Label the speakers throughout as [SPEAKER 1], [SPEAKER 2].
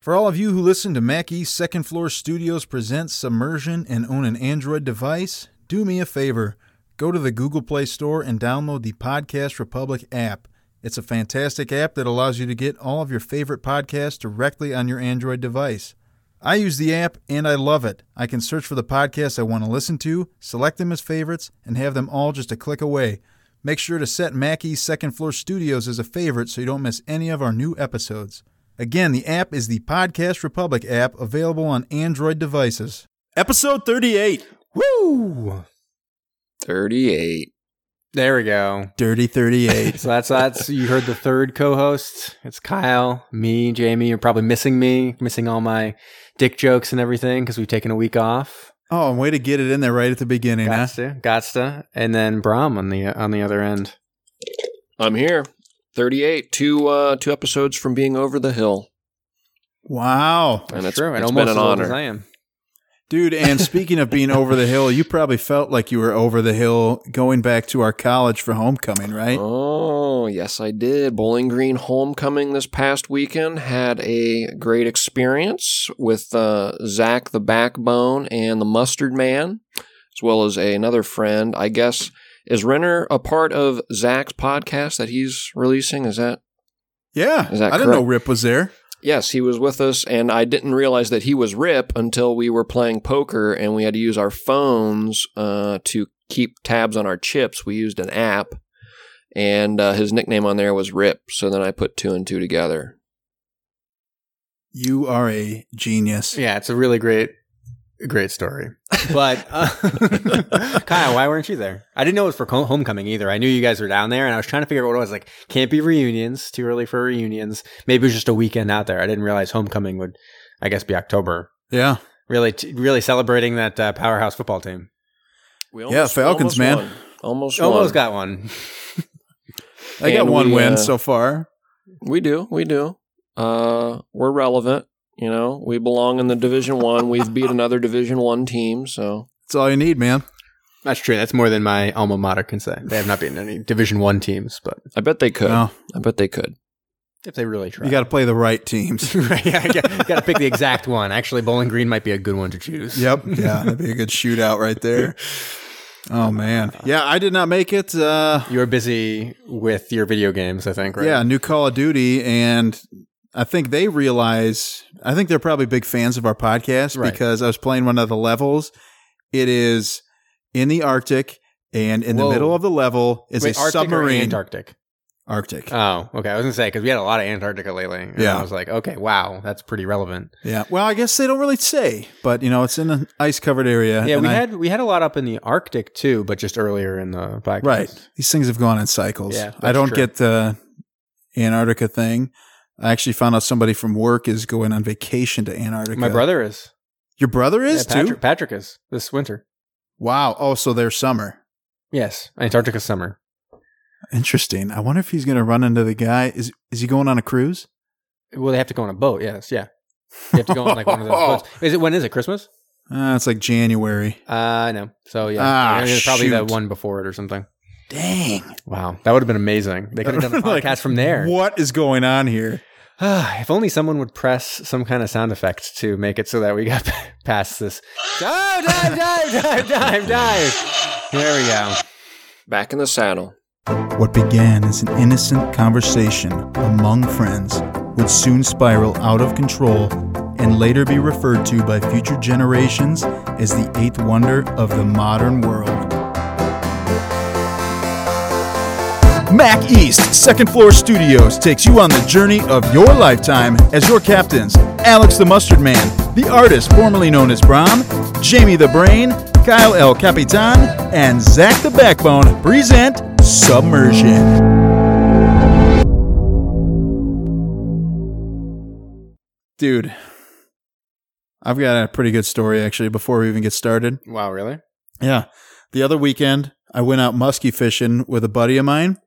[SPEAKER 1] For all of you who listen to Mackey's Second Floor Studios Presents Submersion and own an Android device, do me a favor. Go to the Google Play Store and download the Podcast Republic app. It's a fantastic app that allows you to get all of your favorite podcasts directly on your Android device. I use the app and I love it. I can search for the podcasts I want to listen to, select them as favorites, and have them all just a click away. Make sure to set Mackey's Second Floor Studios as a favorite so you don't miss any of our new episodes. Again, the app is the Podcast Republic app available on Android devices.
[SPEAKER 2] Episode 38.
[SPEAKER 3] Woo!
[SPEAKER 4] 38.
[SPEAKER 3] There we go.
[SPEAKER 1] Dirty 38.
[SPEAKER 3] So that's that's you heard the third co-host. It's Kyle, me, Jamie. You're probably missing me, missing all my dick jokes and everything because we've taken a week off.
[SPEAKER 1] oh, way to get it in there right at the beginning, huh?
[SPEAKER 3] Gotsta, gotsta, and then Brom on the on the other end.
[SPEAKER 4] I'm here. 38. Two uh two episodes from being over the hill.
[SPEAKER 1] Wow.
[SPEAKER 4] And
[SPEAKER 3] That's
[SPEAKER 4] it's-
[SPEAKER 3] true. And
[SPEAKER 4] it's
[SPEAKER 3] almost
[SPEAKER 4] been
[SPEAKER 3] as
[SPEAKER 4] an
[SPEAKER 3] old
[SPEAKER 4] honor.
[SPEAKER 3] as I am.
[SPEAKER 1] Dude, and speaking of being over the hill, you probably felt like you were over the hill going back to our college for homecoming, right?
[SPEAKER 4] Oh, yes, I did. Bowling Green Homecoming this past weekend had a great experience with uh, Zach the Backbone and the Mustard Man, as well as a, another friend. I guess, is Renner a part of Zach's podcast that he's releasing? Is that
[SPEAKER 1] Yeah.
[SPEAKER 4] Is that
[SPEAKER 1] I didn't know
[SPEAKER 4] correct?
[SPEAKER 1] Rip was there.
[SPEAKER 4] Yes, he was with us, and I didn't realize that he was Rip until we were playing poker and we had to use our phones uh, to keep tabs on our chips. We used an app, and uh, his nickname on there was Rip. So then I put two and two together.
[SPEAKER 1] You are a genius.
[SPEAKER 3] Yeah, it's a really great great story. But uh, Kyle, why weren't you there? I didn't know it was for co- homecoming either. I knew you guys were down there, and I was trying to figure out what it was. Like, can't be reunions. Too early for reunions. Maybe it was just a weekend out there. I didn't realize homecoming would, I guess, be October.
[SPEAKER 1] Yeah.
[SPEAKER 3] Really, t- really celebrating that uh, powerhouse football team.
[SPEAKER 4] We
[SPEAKER 1] Yeah, Falcons, man.
[SPEAKER 4] won.
[SPEAKER 3] Almost
[SPEAKER 4] Almost, almost got.
[SPEAKER 3] got one.
[SPEAKER 1] I got
[SPEAKER 4] And
[SPEAKER 1] one
[SPEAKER 4] we,
[SPEAKER 1] win
[SPEAKER 4] uh,
[SPEAKER 1] so far.
[SPEAKER 4] We do, we do. Uh, we're relevant. You know, we belong in the Division One. We've beat another Division One team, so
[SPEAKER 1] That's all you need, man.
[SPEAKER 3] That's true. That's more than my alma mater can say. They have not been any Division One teams, but
[SPEAKER 4] I bet they could.
[SPEAKER 1] No,
[SPEAKER 4] I bet they could.
[SPEAKER 3] if they really try,
[SPEAKER 1] you got to play the right teams.
[SPEAKER 3] right, yeah, you got to pick the exact one. Actually, Bowling Green might be a good one to choose.
[SPEAKER 1] yep. Yeah. That'd be a good shootout right there. Oh, man. Yeah. I did not make it. Uh,
[SPEAKER 3] You're busy with your video games, I think, right?
[SPEAKER 1] Yeah, new Call of Duty, and I think they realize. I think they're probably big fans of our podcast
[SPEAKER 3] Right.
[SPEAKER 1] because I was playing one of the levels. It is in the Arctic, and in
[SPEAKER 3] Whoa.
[SPEAKER 1] the middle of the level is
[SPEAKER 3] Wait,
[SPEAKER 1] a
[SPEAKER 3] Arctic Or
[SPEAKER 1] submarine.
[SPEAKER 3] Antarctic.
[SPEAKER 1] Arctic.
[SPEAKER 3] Oh, okay. I was gonna say because we had a lot of Antarctica lately. and
[SPEAKER 1] Yeah.
[SPEAKER 3] I was like, okay, wow, that's pretty relevant.
[SPEAKER 1] yeah. Well, I guess they don't really say, but you know, it's in an ice covered area.
[SPEAKER 3] Yeah,
[SPEAKER 1] and
[SPEAKER 3] we
[SPEAKER 1] I-
[SPEAKER 3] had we had a lot up in the Arctic too, but just earlier in the podcast.
[SPEAKER 1] right. These things have gone in cycles.
[SPEAKER 3] Yeah,
[SPEAKER 1] I
[SPEAKER 3] that's
[SPEAKER 1] don't
[SPEAKER 3] true.
[SPEAKER 1] get the Antarctica thing. I actually found out somebody from work is going on vacation to Antarctica.
[SPEAKER 3] My brother is.
[SPEAKER 1] Your brother is
[SPEAKER 3] Yeah, Patrick,
[SPEAKER 1] too.
[SPEAKER 3] Patrick is this winter.
[SPEAKER 1] Wow. Oh, so their summer.
[SPEAKER 3] Yes, Antarctica summer.
[SPEAKER 1] Interesting. I wonder if he's going to run into the guy. Is is he going on a cruise?
[SPEAKER 3] Well, they have to go on a boat. Yes, yeah. They have to go on like one of those boats. Is it when is it Christmas?
[SPEAKER 1] Uh, it's like January.
[SPEAKER 3] Uh, no. So yeah,
[SPEAKER 1] Ah,
[SPEAKER 3] I mean, it's probably the
[SPEAKER 1] shoot.
[SPEAKER 3] one before it or something.
[SPEAKER 1] Dang.
[SPEAKER 3] Wow, that would have been amazing. They could have done the podcast
[SPEAKER 1] Like,
[SPEAKER 3] from there.
[SPEAKER 1] What is going on here?
[SPEAKER 3] if only someone would press some kind of sound effect to make it so that we got past this. Dive, dive, dive, dive, dive, dive. There we go.
[SPEAKER 4] Back in the saddle.
[SPEAKER 1] What began as an innocent conversation among friends would soon spiral out of control and later be referred to by future generations as the eighth wonder of the modern world. Mac East Second Floor Studios takes you on the journey of your lifetime as your captains Alex the Mustard Man, the artist formerly known as Brom, Jamie the Brain, Kyle El Capitan, and Zach the Backbone present Submersion. Dude, I've got a pretty good story actually before we even get started.
[SPEAKER 3] Wow, really?
[SPEAKER 1] Yeah. The other weekend, I went out muskie fishing with a buddy of mine,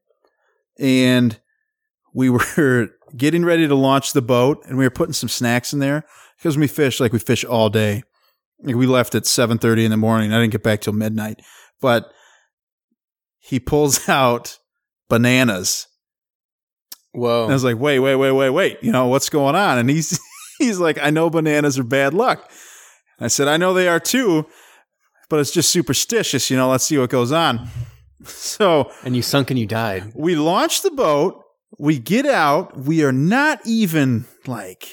[SPEAKER 1] and we were getting ready to launch the boat, and we were putting some snacks in there because we fish like we fish all day. Like we left at seven thirty in the morning. I didn't get back till midnight, but he pulls out bananas.
[SPEAKER 3] Whoa. Oh.
[SPEAKER 1] And I was like, wait, wait, wait, wait, wait. You know what's going on? And he's He's like, I know bananas are bad luck. I said, I know they are too, but it's just superstitious. You know, let's see what goes on. So
[SPEAKER 3] And you sunk and you died.
[SPEAKER 1] we launch the boat. We get out. We are not even like,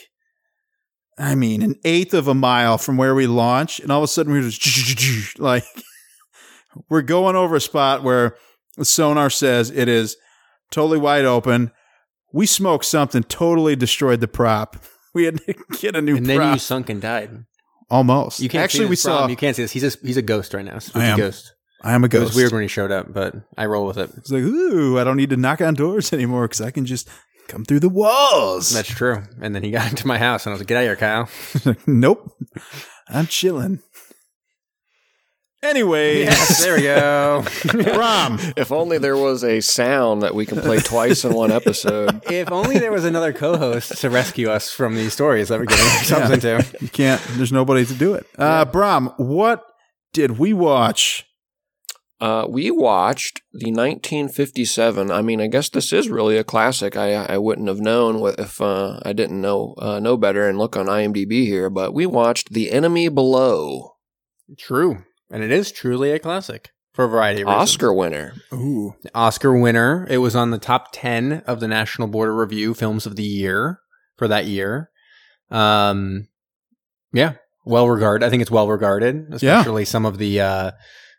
[SPEAKER 1] I mean, an eighth of a mile from where we launched, and all of a sudden we were just like, we're going over a spot where the sonar says it is totally wide open. We smoked something, totally destroyed the prop. We had to get a new
[SPEAKER 3] And
[SPEAKER 1] prop.
[SPEAKER 3] then you sunk and died.
[SPEAKER 1] Almost.
[SPEAKER 3] You can't
[SPEAKER 1] Actually,
[SPEAKER 3] see
[SPEAKER 1] we
[SPEAKER 3] this problem.
[SPEAKER 1] saw.
[SPEAKER 3] You can't see this. He's a he's a ghost right now.
[SPEAKER 1] I
[SPEAKER 3] I
[SPEAKER 1] am.
[SPEAKER 3] am. ghost.
[SPEAKER 1] I am a
[SPEAKER 3] It
[SPEAKER 1] ghost.
[SPEAKER 3] was weird when he showed up, but I roll with it.
[SPEAKER 1] It's like, ooh, I don't need to knock on doors anymore because I can just come through the walls.
[SPEAKER 3] That's true. And then he got into my house, and I was like, "Get out of here, Kyle."
[SPEAKER 1] nope. I'm chilling. Anyways,
[SPEAKER 3] Yes, there we go.
[SPEAKER 1] Rom,
[SPEAKER 4] If only there was a sound that we can play twice in one episode.
[SPEAKER 3] if only there was another co-host to rescue us from these stories that we're getting ourselves into.
[SPEAKER 1] you can't. There's nobody to do it. Uh, Brom, what did we watch?
[SPEAKER 4] Uh, we watched the 1957. I mean, I guess this is really a classic. I I wouldn't have known what- if uh, I didn't know uh, know better and look on IMDb here. But we watched The Enemy Below,
[SPEAKER 3] True, and it is truly a classic for a variety of reasons.
[SPEAKER 4] Oscar winner.
[SPEAKER 1] Ooh,
[SPEAKER 3] Oscar winner. It was on the top 10 of the National Board of Review films of the year for that year. Um, yeah, well regarded. I think it's well regarded, especially some of the uh,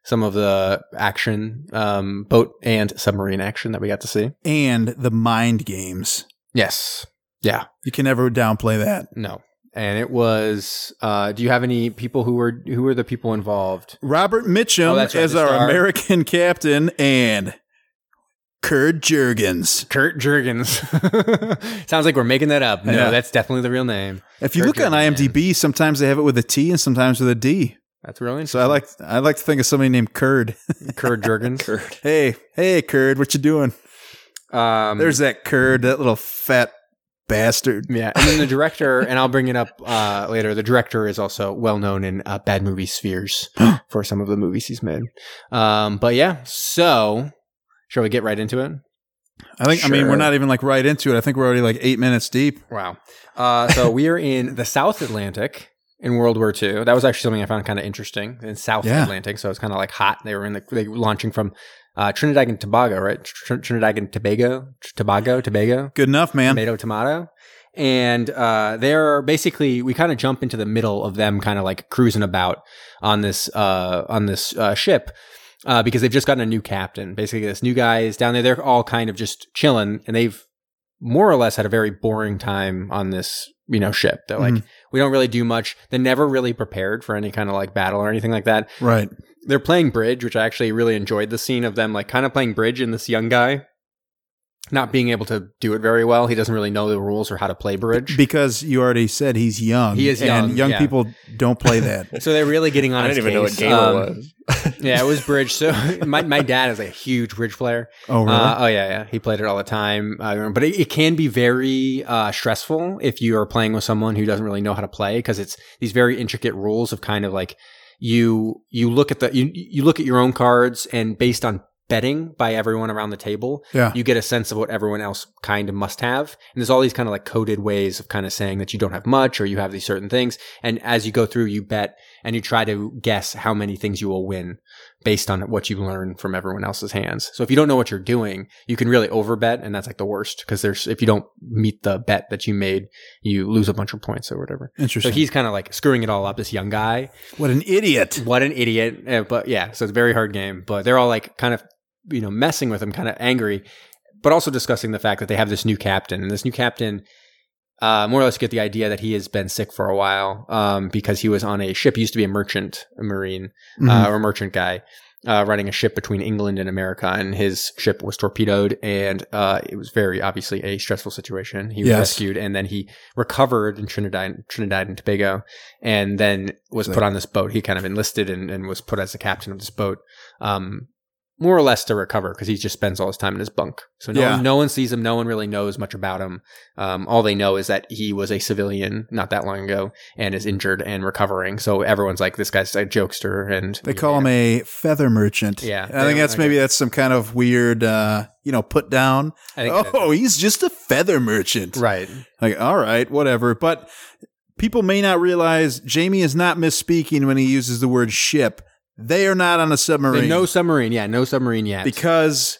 [SPEAKER 3] some of the action, um, boat and submarine action that we got to see.
[SPEAKER 1] and the mind games.
[SPEAKER 3] Yes.
[SPEAKER 1] You can never downplay that.
[SPEAKER 3] No. And it was. Uh, do you have any people who were who were the people involved?
[SPEAKER 1] Robert Mitchum
[SPEAKER 3] Oh, that's right,
[SPEAKER 1] as
[SPEAKER 3] the
[SPEAKER 1] our
[SPEAKER 3] star.
[SPEAKER 1] American captain and Kurd Jurgens.
[SPEAKER 3] Kurt Jurgens. Sounds like we're making that up. No,
[SPEAKER 1] Yeah.
[SPEAKER 3] that's definitely the real name.
[SPEAKER 1] If you
[SPEAKER 3] Kurt
[SPEAKER 1] look on
[SPEAKER 3] Jurgens.
[SPEAKER 1] IMDb, sometimes they have it with a T and sometimes with a D.
[SPEAKER 3] That's really
[SPEAKER 1] So I like I like to think of somebody named Kurd.
[SPEAKER 3] Kurt Jurgens.
[SPEAKER 1] Hey, hey, Kurd, what you doing?
[SPEAKER 3] Um,
[SPEAKER 1] There's that curd, that little fat bastard.
[SPEAKER 3] yeah, and then the director, and I'll bring it up uh, later. The director is also well known in uh, bad movie spheres for some of the movies he's made. Um, but yeah, so shall we get right into it?
[SPEAKER 1] I think. I mean, we're
[SPEAKER 4] Sure.
[SPEAKER 1] not even like right into it. I think we're already like eight minutes deep.
[SPEAKER 3] Wow. Uh, so we are in the South Atlantic in World War II. That was actually something I found kind of interesting in South
[SPEAKER 1] Yeah.
[SPEAKER 3] Atlantic. So it's kind of like hot. They were in the they were launching from uh, Trinidad and Tobago, right? Tr- Trinidad and Tobago, Tobago, Tobago.
[SPEAKER 1] Good enough, man.
[SPEAKER 3] tomato tomato and uh, they're basically we kind of jump into the middle of them kind of like cruising about on this uh, on this uh, ship uh, because they've just gotten a new captain basically this new guy is down there they're all kind of just chilling and they've more or less had a very boring time on this you know ship they're like
[SPEAKER 1] Mhm.
[SPEAKER 3] we don't really do much they're never really prepared for any kind of like battle or anything like that
[SPEAKER 1] Right.
[SPEAKER 3] they're playing bridge, which I actually really enjoyed the scene of them like kind of playing bridge and this young guy not being able to do it very well. He doesn't really know the rules or how to play bridge.
[SPEAKER 1] Because you already said he's young.
[SPEAKER 3] He is young,
[SPEAKER 1] And young
[SPEAKER 3] yeah.
[SPEAKER 1] people don't play that.
[SPEAKER 3] so they're really getting on.
[SPEAKER 4] I
[SPEAKER 3] his
[SPEAKER 4] didn't even know what
[SPEAKER 3] case.
[SPEAKER 4] game
[SPEAKER 3] Um,
[SPEAKER 4] it was.
[SPEAKER 3] Yeah, it was bridge. So my my dad is a huge bridge player.
[SPEAKER 1] Oh, really?
[SPEAKER 3] Uh, oh yeah, yeah. He played it all the time. Uh, but it, it can be very uh, stressful if you are playing with someone who doesn't really know how to play because it's these very intricate rules of kind of like you you look at the you you look at your own cards and based on betting by everyone around the table,
[SPEAKER 1] yeah.
[SPEAKER 3] you get a sense of what everyone else kind of must have. And there's all these kind of like coded ways of kind of saying that you don't have much or you have these certain things. And as you go through, you bet and you try to guess how many things you will win based on what you learn from everyone else's hands. So if you don't know what you're doing, you can really overbet. And that's like the worst because there's, if you don't meet the bet that you made, you lose a bunch of points or whatever. So
[SPEAKER 1] Interesting.
[SPEAKER 3] he's kind of like screwing it all up, this young guy.
[SPEAKER 1] what an idiot.
[SPEAKER 3] What an idiot. Uh, But yeah, so it's a very hard game. But they're all like kind of, you know, messing with him, kind of angry, but also discussing the fact that they have this new captain. And this new captain, uh, more or less, get the idea that he has been sick for a while um, because he was on a ship. He used to be a merchant a marine
[SPEAKER 1] Mhm.
[SPEAKER 3] uh, or merchant guy. Uh, running a ship between England and America, and his ship was torpedoed, and uh, it was very obviously a stressful situation. He was
[SPEAKER 1] Yes.
[SPEAKER 3] rescued, and then he recovered in Trinidad, Trinidad and Tobago, and then was
[SPEAKER 1] Like-
[SPEAKER 3] put on this boat. He kind of enlisted and, and was put as the captain of this boat, um, more or less to recover because he just spends all his time in his bunk. So no,
[SPEAKER 1] Yeah.
[SPEAKER 3] one, no one sees him. No one really knows much about him. Um, all they know is that he was a civilian not that long ago and is injured and recovering. So everyone's like, this guy's a jokester, and
[SPEAKER 1] they call him a feather merchant.
[SPEAKER 3] Yeah.
[SPEAKER 1] I think that's maybe that's some kind of weird, uh, you know, put down.
[SPEAKER 3] I think
[SPEAKER 1] Oh, he's just a feather merchant.
[SPEAKER 3] right.
[SPEAKER 1] Like, all right, whatever. But People may not realize Jamie is not misspeaking when he uses the word ship. They are not on a submarine
[SPEAKER 3] No submarine. Yeah, no submarine yet.
[SPEAKER 1] because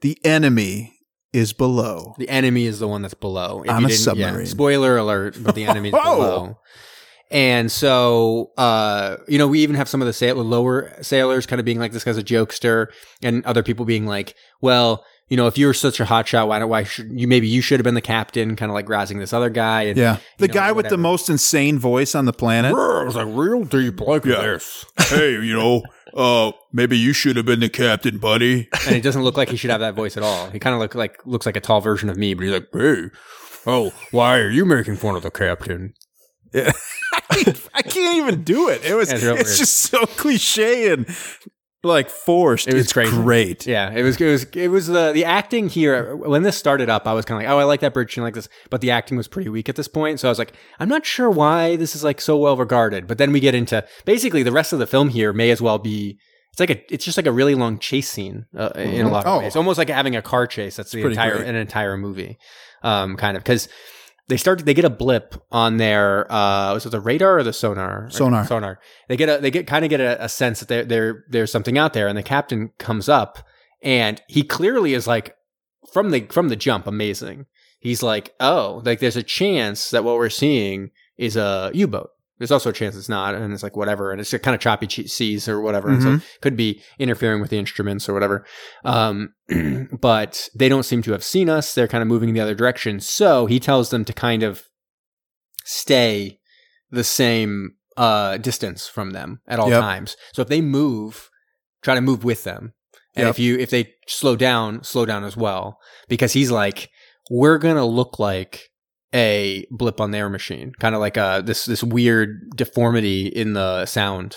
[SPEAKER 1] the enemy is below.
[SPEAKER 3] The enemy is the one that's below. If
[SPEAKER 1] On a
[SPEAKER 3] didn't-
[SPEAKER 1] submarine.
[SPEAKER 3] Spoiler alert, but the enemy's
[SPEAKER 1] Oh.
[SPEAKER 3] below. And so, uh, you know, we even have some of the sail- lower sailors kind of being like, this guy's a jokester, and other people being like, well, you know, if you were such a hotshot, why don't why should you maybe you should have been the captain, kind of like rousing this other guy. And
[SPEAKER 1] Yeah. The
[SPEAKER 3] know,
[SPEAKER 1] guy with the
[SPEAKER 3] whatever.
[SPEAKER 1] most insane voice on the planet.
[SPEAKER 3] "Brr," it was like real deep like
[SPEAKER 1] Yeah.
[SPEAKER 3] this.
[SPEAKER 1] hey, you know, uh, maybe you should have been the captain, buddy.
[SPEAKER 3] And it doesn't look like he should have that voice at all. He kind of look like looks like a tall version of me, but he's like, hey, oh, why are you making fun of the captain?
[SPEAKER 1] I can't even do it. It was. It's,
[SPEAKER 3] Yeah, it's real weird.
[SPEAKER 1] just so cliche and like forced.
[SPEAKER 3] It was
[SPEAKER 1] it's
[SPEAKER 3] crazy.
[SPEAKER 1] great.
[SPEAKER 3] Yeah, it was it was it was uh, the the acting here when this started up. I was kind of like, oh, I like that bridge and I like this, but the acting was pretty weak at this point. So I was like, I'm not sure why this is like so well regarded. But then we get into basically the rest of the film here may as well be. It's like a, it's just like a really long chase scene uh, in a lot of
[SPEAKER 1] Oh.
[SPEAKER 3] ways. Almost like having a car chase. That's the
[SPEAKER 1] pretty
[SPEAKER 3] entire
[SPEAKER 1] great.
[SPEAKER 3] an entire movie, um, kind of because they start they get a blip on their uh was it the radar or the sonar
[SPEAKER 1] Sonar.
[SPEAKER 3] sonar they get a they get kind of get a, a sense that there there there's something out there and the captain comes up and he clearly is like from the from the jump amazing he's like oh like there's a chance that what we're seeing is a u-boat there's also a chance it's not and it's like whatever and it's kind of choppy che- seas or whatever and so
[SPEAKER 1] Mhm.
[SPEAKER 3] could be interfering with the instruments or whatever. Um, but they don't seem to have seen us. They're kind of moving in the other direction. So he tells them to kind of stay the same uh, distance from them at all
[SPEAKER 1] Yep.
[SPEAKER 3] times. So if they move, try to move with them. And
[SPEAKER 1] Yep.
[SPEAKER 3] if you if they slow down, slow down as well because he's like we're going to look like a blip on their machine, kind of like uh this this weird deformity in the sound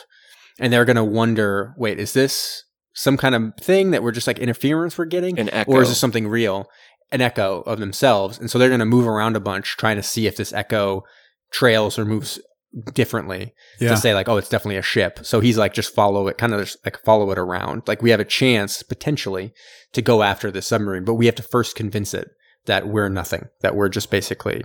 [SPEAKER 3] and they're going to wonder, wait, is this some kind of thing that we're just like interference we're getting,
[SPEAKER 4] An echo.
[SPEAKER 3] or is this something real, an echo of themselves? And so they're going to move around a bunch trying to see if this echo trails or moves differently
[SPEAKER 1] Yeah.
[SPEAKER 3] to say like, oh, it's definitely a ship. So he's like, just follow it, kind of just like follow it around. Like we have a chance potentially to go after this submarine, but we have to first convince it that we're nothing, that we're just basically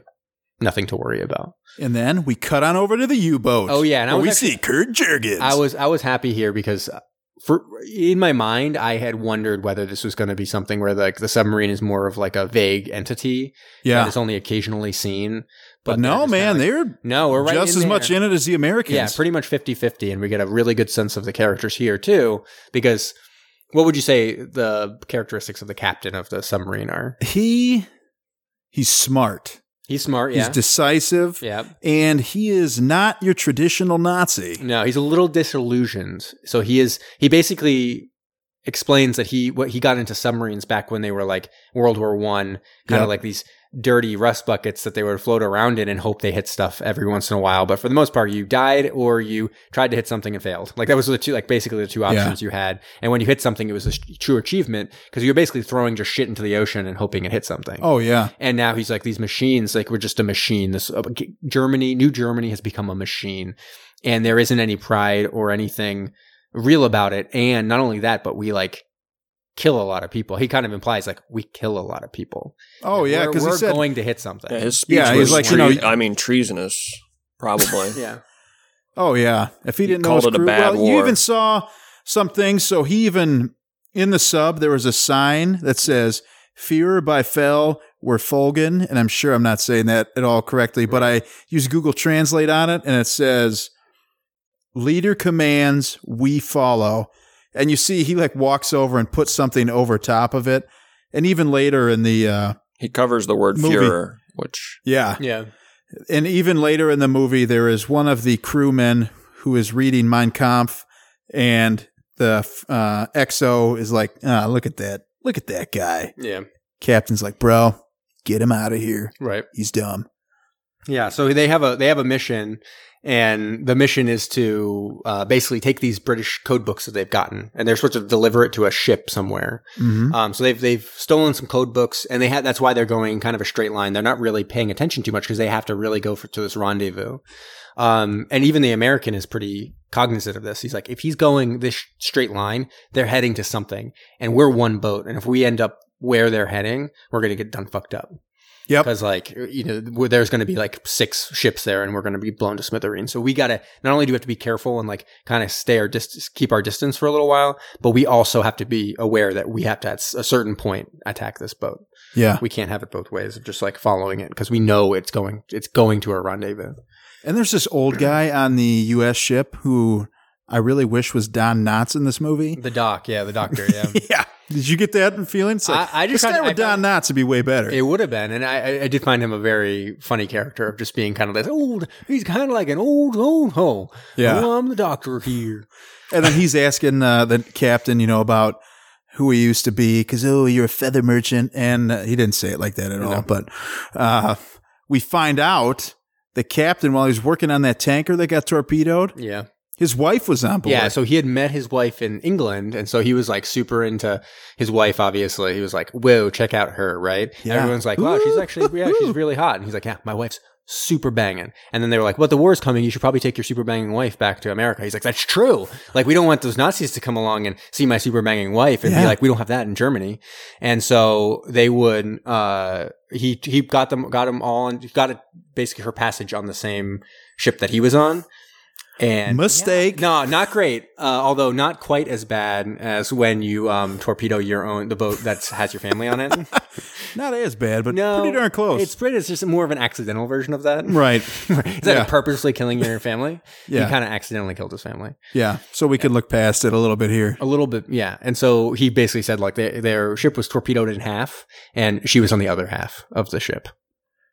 [SPEAKER 3] nothing to worry about.
[SPEAKER 1] And then we cut on over to the U boat.
[SPEAKER 3] Oh, yeah, and I
[SPEAKER 1] we
[SPEAKER 3] was
[SPEAKER 1] see Kurt Jurgens.
[SPEAKER 3] I was I was happy here because uh, for in my mind I had wondered whether this was going to be something where like the submarine is more of like a vague entity that
[SPEAKER 1] yeah.
[SPEAKER 3] is only occasionally seen.
[SPEAKER 1] But,
[SPEAKER 3] they're
[SPEAKER 1] no,
[SPEAKER 3] just
[SPEAKER 1] man,
[SPEAKER 3] kinda like-
[SPEAKER 1] they're
[SPEAKER 3] no, we're right
[SPEAKER 1] just
[SPEAKER 3] in
[SPEAKER 1] as
[SPEAKER 3] there.
[SPEAKER 1] much in it as the Americans.
[SPEAKER 3] Yeah, pretty much 50-50 and we get a really good sense of the characters here too because what would you say the characteristics of the captain of the submarine are?
[SPEAKER 1] he he's smart.
[SPEAKER 3] He's smart, yeah.
[SPEAKER 1] He's decisive,
[SPEAKER 3] yeah.
[SPEAKER 1] and he is not your traditional Nazi.
[SPEAKER 3] No, he's a little disillusioned. So he is he basically explains that he what he got into submarines back when they were like World War One, kind
[SPEAKER 1] Yeah.
[SPEAKER 3] of like these dirty rust buckets that they would float around in and hope they hit stuff every once in a while. But for the most part, you died or you tried to hit something and failed. Like that was the two like basically the two options you had. And when you hit something, it was a sh- true achievement because you were basically throwing just shit into the ocean and hoping it hit something.
[SPEAKER 1] Oh yeah.
[SPEAKER 3] And now he's like, these machines, like we're just a machine. This uh, G- Germany, New Germany has become a machine, and there isn't any pride or anything real about it. And not only that, but we like kill a lot of people. He kind of implies like we kill a lot of people.
[SPEAKER 1] Oh
[SPEAKER 3] Like,
[SPEAKER 1] yeah.
[SPEAKER 3] we're-
[SPEAKER 1] Because he
[SPEAKER 3] we're
[SPEAKER 1] said
[SPEAKER 3] going to hit something.
[SPEAKER 4] Yeah,
[SPEAKER 3] Yeah,
[SPEAKER 4] Uh, his speech
[SPEAKER 1] Yeah, he's
[SPEAKER 4] was
[SPEAKER 1] like,
[SPEAKER 4] like,
[SPEAKER 1] you know-
[SPEAKER 4] I mean, treasonous, probably.
[SPEAKER 1] Oh yeah. If he
[SPEAKER 4] He
[SPEAKER 1] didn't know
[SPEAKER 4] called
[SPEAKER 1] his
[SPEAKER 4] it a
[SPEAKER 1] crew,
[SPEAKER 4] bad
[SPEAKER 1] well, you
[SPEAKER 4] war.
[SPEAKER 1] even saw some things. So he even in the sub there was a sign that says "Fear by Fell were Folgen," and I'm sure I'm not saying that at all correctly, but I use Google Translate on it, and it says "Leader commands, we follow." And you see, he like walks over and puts something over top of it, and even later in the uh,
[SPEAKER 4] He covers the word
[SPEAKER 1] Movie.
[SPEAKER 4] Fuhrer, which
[SPEAKER 1] yeah,
[SPEAKER 3] yeah.
[SPEAKER 1] and even later in the movie, there is one of the crewmen who is reading Mein Kampf, and the uh, XO is like, ah, "Look at that! Look at that guy!"
[SPEAKER 3] yeah.
[SPEAKER 1] Captain's like, "Bro, get him out of here.
[SPEAKER 3] Right.
[SPEAKER 1] He's dumb."
[SPEAKER 3] Yeah, so they have a they have a mission, and the mission is to uh, basically take these British code books that they've gotten, and they're supposed to deliver it to a ship somewhere.
[SPEAKER 1] Mhm.
[SPEAKER 3] Um, so they've they've stolen some code books, and they had that's why they're going kind of a straight line. They're not really paying attention too much because they have to really go for, to this rendezvous. Um, and even the American is pretty cognizant of this. He's like, if he's going this straight line, they're heading to something, and we're one boat, and if we end up where they're heading, we're gonna get done fucked up.
[SPEAKER 1] Yep.
[SPEAKER 3] because like you know where there's going to be like six ships there and we're going to be blown to smithereens so we got to not only do we have to be careful and like kind of stay our distance keep our distance for a little while but we also have to be aware that we have to at s- a certain point attack this boat
[SPEAKER 1] Yeah.
[SPEAKER 3] we can't have it both ways of just like following it because we know it's going it's going to a rendezvous
[SPEAKER 1] And there's this old guy on the U.S. ship who I really wish was Don Knotts in this movie.
[SPEAKER 3] the doc yeah the doctor yeah
[SPEAKER 1] Yeah. Did you get that feeling? It's like,
[SPEAKER 3] I- I just
[SPEAKER 1] this guy
[SPEAKER 3] found- I
[SPEAKER 1] with Don
[SPEAKER 3] found-
[SPEAKER 1] Knotts would be way better.
[SPEAKER 3] It would have been, and I, I- I did find him a very funny character of just being kind of this old. He's kind of like an old old ho.
[SPEAKER 1] Yeah.
[SPEAKER 3] "Oh, I'm the doctor here.
[SPEAKER 1] And then he's asking uh, the captain, you know, about who he used to be because, oh, you're a feather merchant. And uh, he didn't say it like that at all. But uh, we find out the captain, while he was working on that tanker that got torpedoed,
[SPEAKER 3] Yeah,
[SPEAKER 1] his wife was on board.
[SPEAKER 3] yeah. So he had met his wife in England, and so he was like super into his wife. Obviously, he was like, "Whoa, check out her!" Right?
[SPEAKER 1] Yeah.
[SPEAKER 3] Everyone's like, "Wow, she's actually yeah, she's really hot." And he's like, "Yeah, my wife's." Super banging, and then they were like, "Well, the war's coming. You should probably take your super banging wife back to America." He's like, "That's true. Like, we don't want those Nazis to come along and see my super banging wife and
[SPEAKER 1] Yeah.
[SPEAKER 3] be like, we don't have that in Germany." And so they would. Uh, he he got them got them all and got it basically her passage on the same ship that he was on. And
[SPEAKER 1] Mistake.
[SPEAKER 3] no, not great. Uh, although not quite as bad as when you um, torpedo your own the boat that has your family on it.
[SPEAKER 1] Not as bad, but
[SPEAKER 3] No,
[SPEAKER 1] pretty darn close.
[SPEAKER 3] It's pretty. It's just more of an accidental version of that.
[SPEAKER 1] right.
[SPEAKER 3] Instead
[SPEAKER 1] Yeah.
[SPEAKER 3] of purposely killing your family,
[SPEAKER 1] Yeah.
[SPEAKER 3] he kind of accidentally killed his family
[SPEAKER 1] Yeah. So we could look past it a little bit here.
[SPEAKER 3] a little bit. Yeah, and so he basically said like their, their ship was torpedoed in half, and she was on the other half of the ship.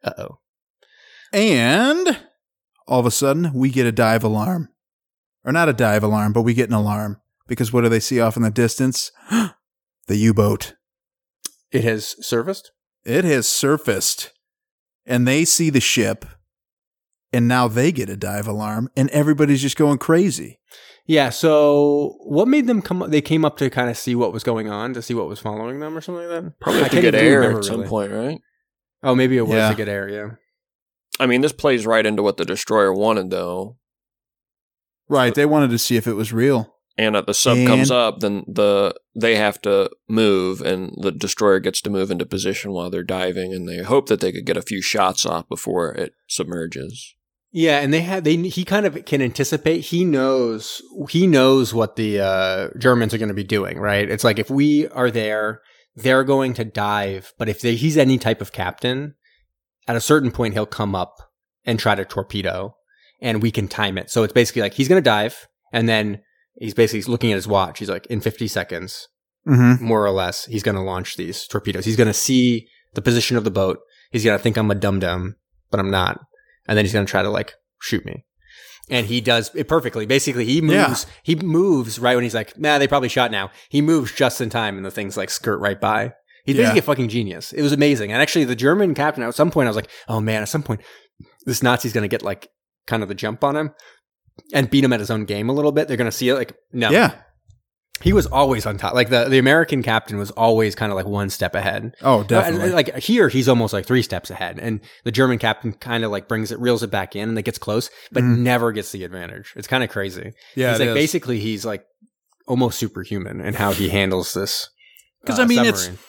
[SPEAKER 3] Uh oh.
[SPEAKER 1] And all of a sudden, we get a dive alarm. Or not a dive alarm, but we get an alarm. Because what do they see off in the distance? the U boat.
[SPEAKER 3] It has serviced.
[SPEAKER 1] It has surfaced. And they see the ship. And now they get a dive alarm. And everybody's just going crazy.
[SPEAKER 3] Yeah. So what made them come? They came up to kind of see what was going on, to see what was following them, or something like that.
[SPEAKER 4] Probably
[SPEAKER 3] I
[SPEAKER 4] have to
[SPEAKER 3] can't
[SPEAKER 4] get
[SPEAKER 3] even
[SPEAKER 4] air
[SPEAKER 3] remember
[SPEAKER 4] at some
[SPEAKER 3] really.
[SPEAKER 4] point, right?
[SPEAKER 3] Oh, maybe it was
[SPEAKER 1] Yeah.
[SPEAKER 3] to get air. Yeah.
[SPEAKER 4] I mean, this plays right into what the destroyer wanted, though.
[SPEAKER 1] Right. They wanted to see if it was real.
[SPEAKER 4] And if the sub
[SPEAKER 1] And-
[SPEAKER 4] comes up, then the they have to move, and the destroyer gets to move into position while they're diving, and they hope that they could get a few shots off before it submerges.
[SPEAKER 3] Yeah, and they had they he kind of can anticipate. He knows he knows what the uh, Germans are going to be doing, right? It's like if we are there, they're going to dive. But if they, he's any type of captain, at a certain point he'll come up and try to torpedo, and we can time it. So it's basically like he's going to dive, and then he's basically looking at his watch. He's like, in fifty seconds,
[SPEAKER 1] Mm-hmm.
[SPEAKER 3] more or less, he's going to launch these torpedoes. He's going to see the position of the boat. He's going to think I'm a dum dum, but I'm not. And then he's going to try to like shoot me. And he does it perfectly. Basically, he moves.
[SPEAKER 1] Yeah.
[SPEAKER 3] He moves right when he's like, "Nah, they probably shot now." He moves just in time, and the things like skirt right by. He's
[SPEAKER 1] Yeah.
[SPEAKER 3] basically a fucking genius. It was amazing. And actually, the German captain at some point, I was like, "Oh man!" At some point, this Nazi's going to get like kind of the jump on him and beat him at his own game a little bit. They're going to see it like, "No,
[SPEAKER 1] Yeah.
[SPEAKER 3] he was always on top. Like the, the American captain was always kind of like one step ahead.
[SPEAKER 1] Oh,
[SPEAKER 3] Uh,
[SPEAKER 1] definitely.
[SPEAKER 3] Like here, he's almost like three steps ahead, and the German captain kind of like brings it, reels it back in, and it gets close, but
[SPEAKER 1] Mhm.
[SPEAKER 3] never gets the advantage. It's kind of crazy.
[SPEAKER 1] yeah.
[SPEAKER 3] he's
[SPEAKER 1] it
[SPEAKER 3] like
[SPEAKER 1] is.
[SPEAKER 3] basically he's like almost superhuman in how he handles this.
[SPEAKER 1] 'Cause,
[SPEAKER 3] uh,
[SPEAKER 1] I mean, it's-
[SPEAKER 3] submarine.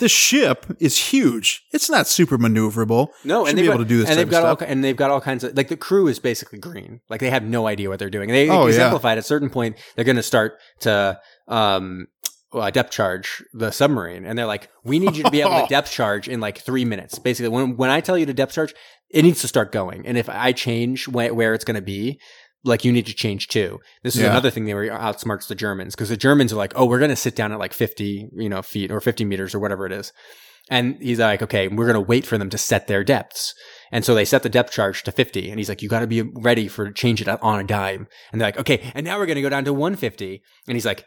[SPEAKER 1] the ship is huge. It's not super maneuverable.
[SPEAKER 3] No,
[SPEAKER 1] Should
[SPEAKER 3] Oh, and
[SPEAKER 1] be
[SPEAKER 3] they've
[SPEAKER 1] able
[SPEAKER 3] got-
[SPEAKER 1] to do this
[SPEAKER 3] And
[SPEAKER 1] type
[SPEAKER 3] they've
[SPEAKER 1] of
[SPEAKER 3] got all
[SPEAKER 1] stuff.
[SPEAKER 3] ki- and they've got all kinds of like the crew is basically green. Like they have no idea what they're doing. They
[SPEAKER 1] Oh, yeah.
[SPEAKER 3] exemplify at a certain point they're going to start to um uh, depth charge the submarine, and they're like, "We need you to be able to depth charge in like three minutes." Basically, when when I tell you to depth charge, it needs to start going. And if I change wh- where it's going to be. Like you need to change too. This is
[SPEAKER 1] Yeah.
[SPEAKER 3] another thing they were uh, outsmarts the Germans because the Germans are like, oh, we're going to sit down at like fifty, you know, feet or fifty meters or whatever it is. And he's like, okay, we're going to wait for them to set their depths. And so they set the depth charge to 50. And he's like, you got to be ready for change it on a dime. And they're like, okay, and now we're going to go down to 150. And he's like,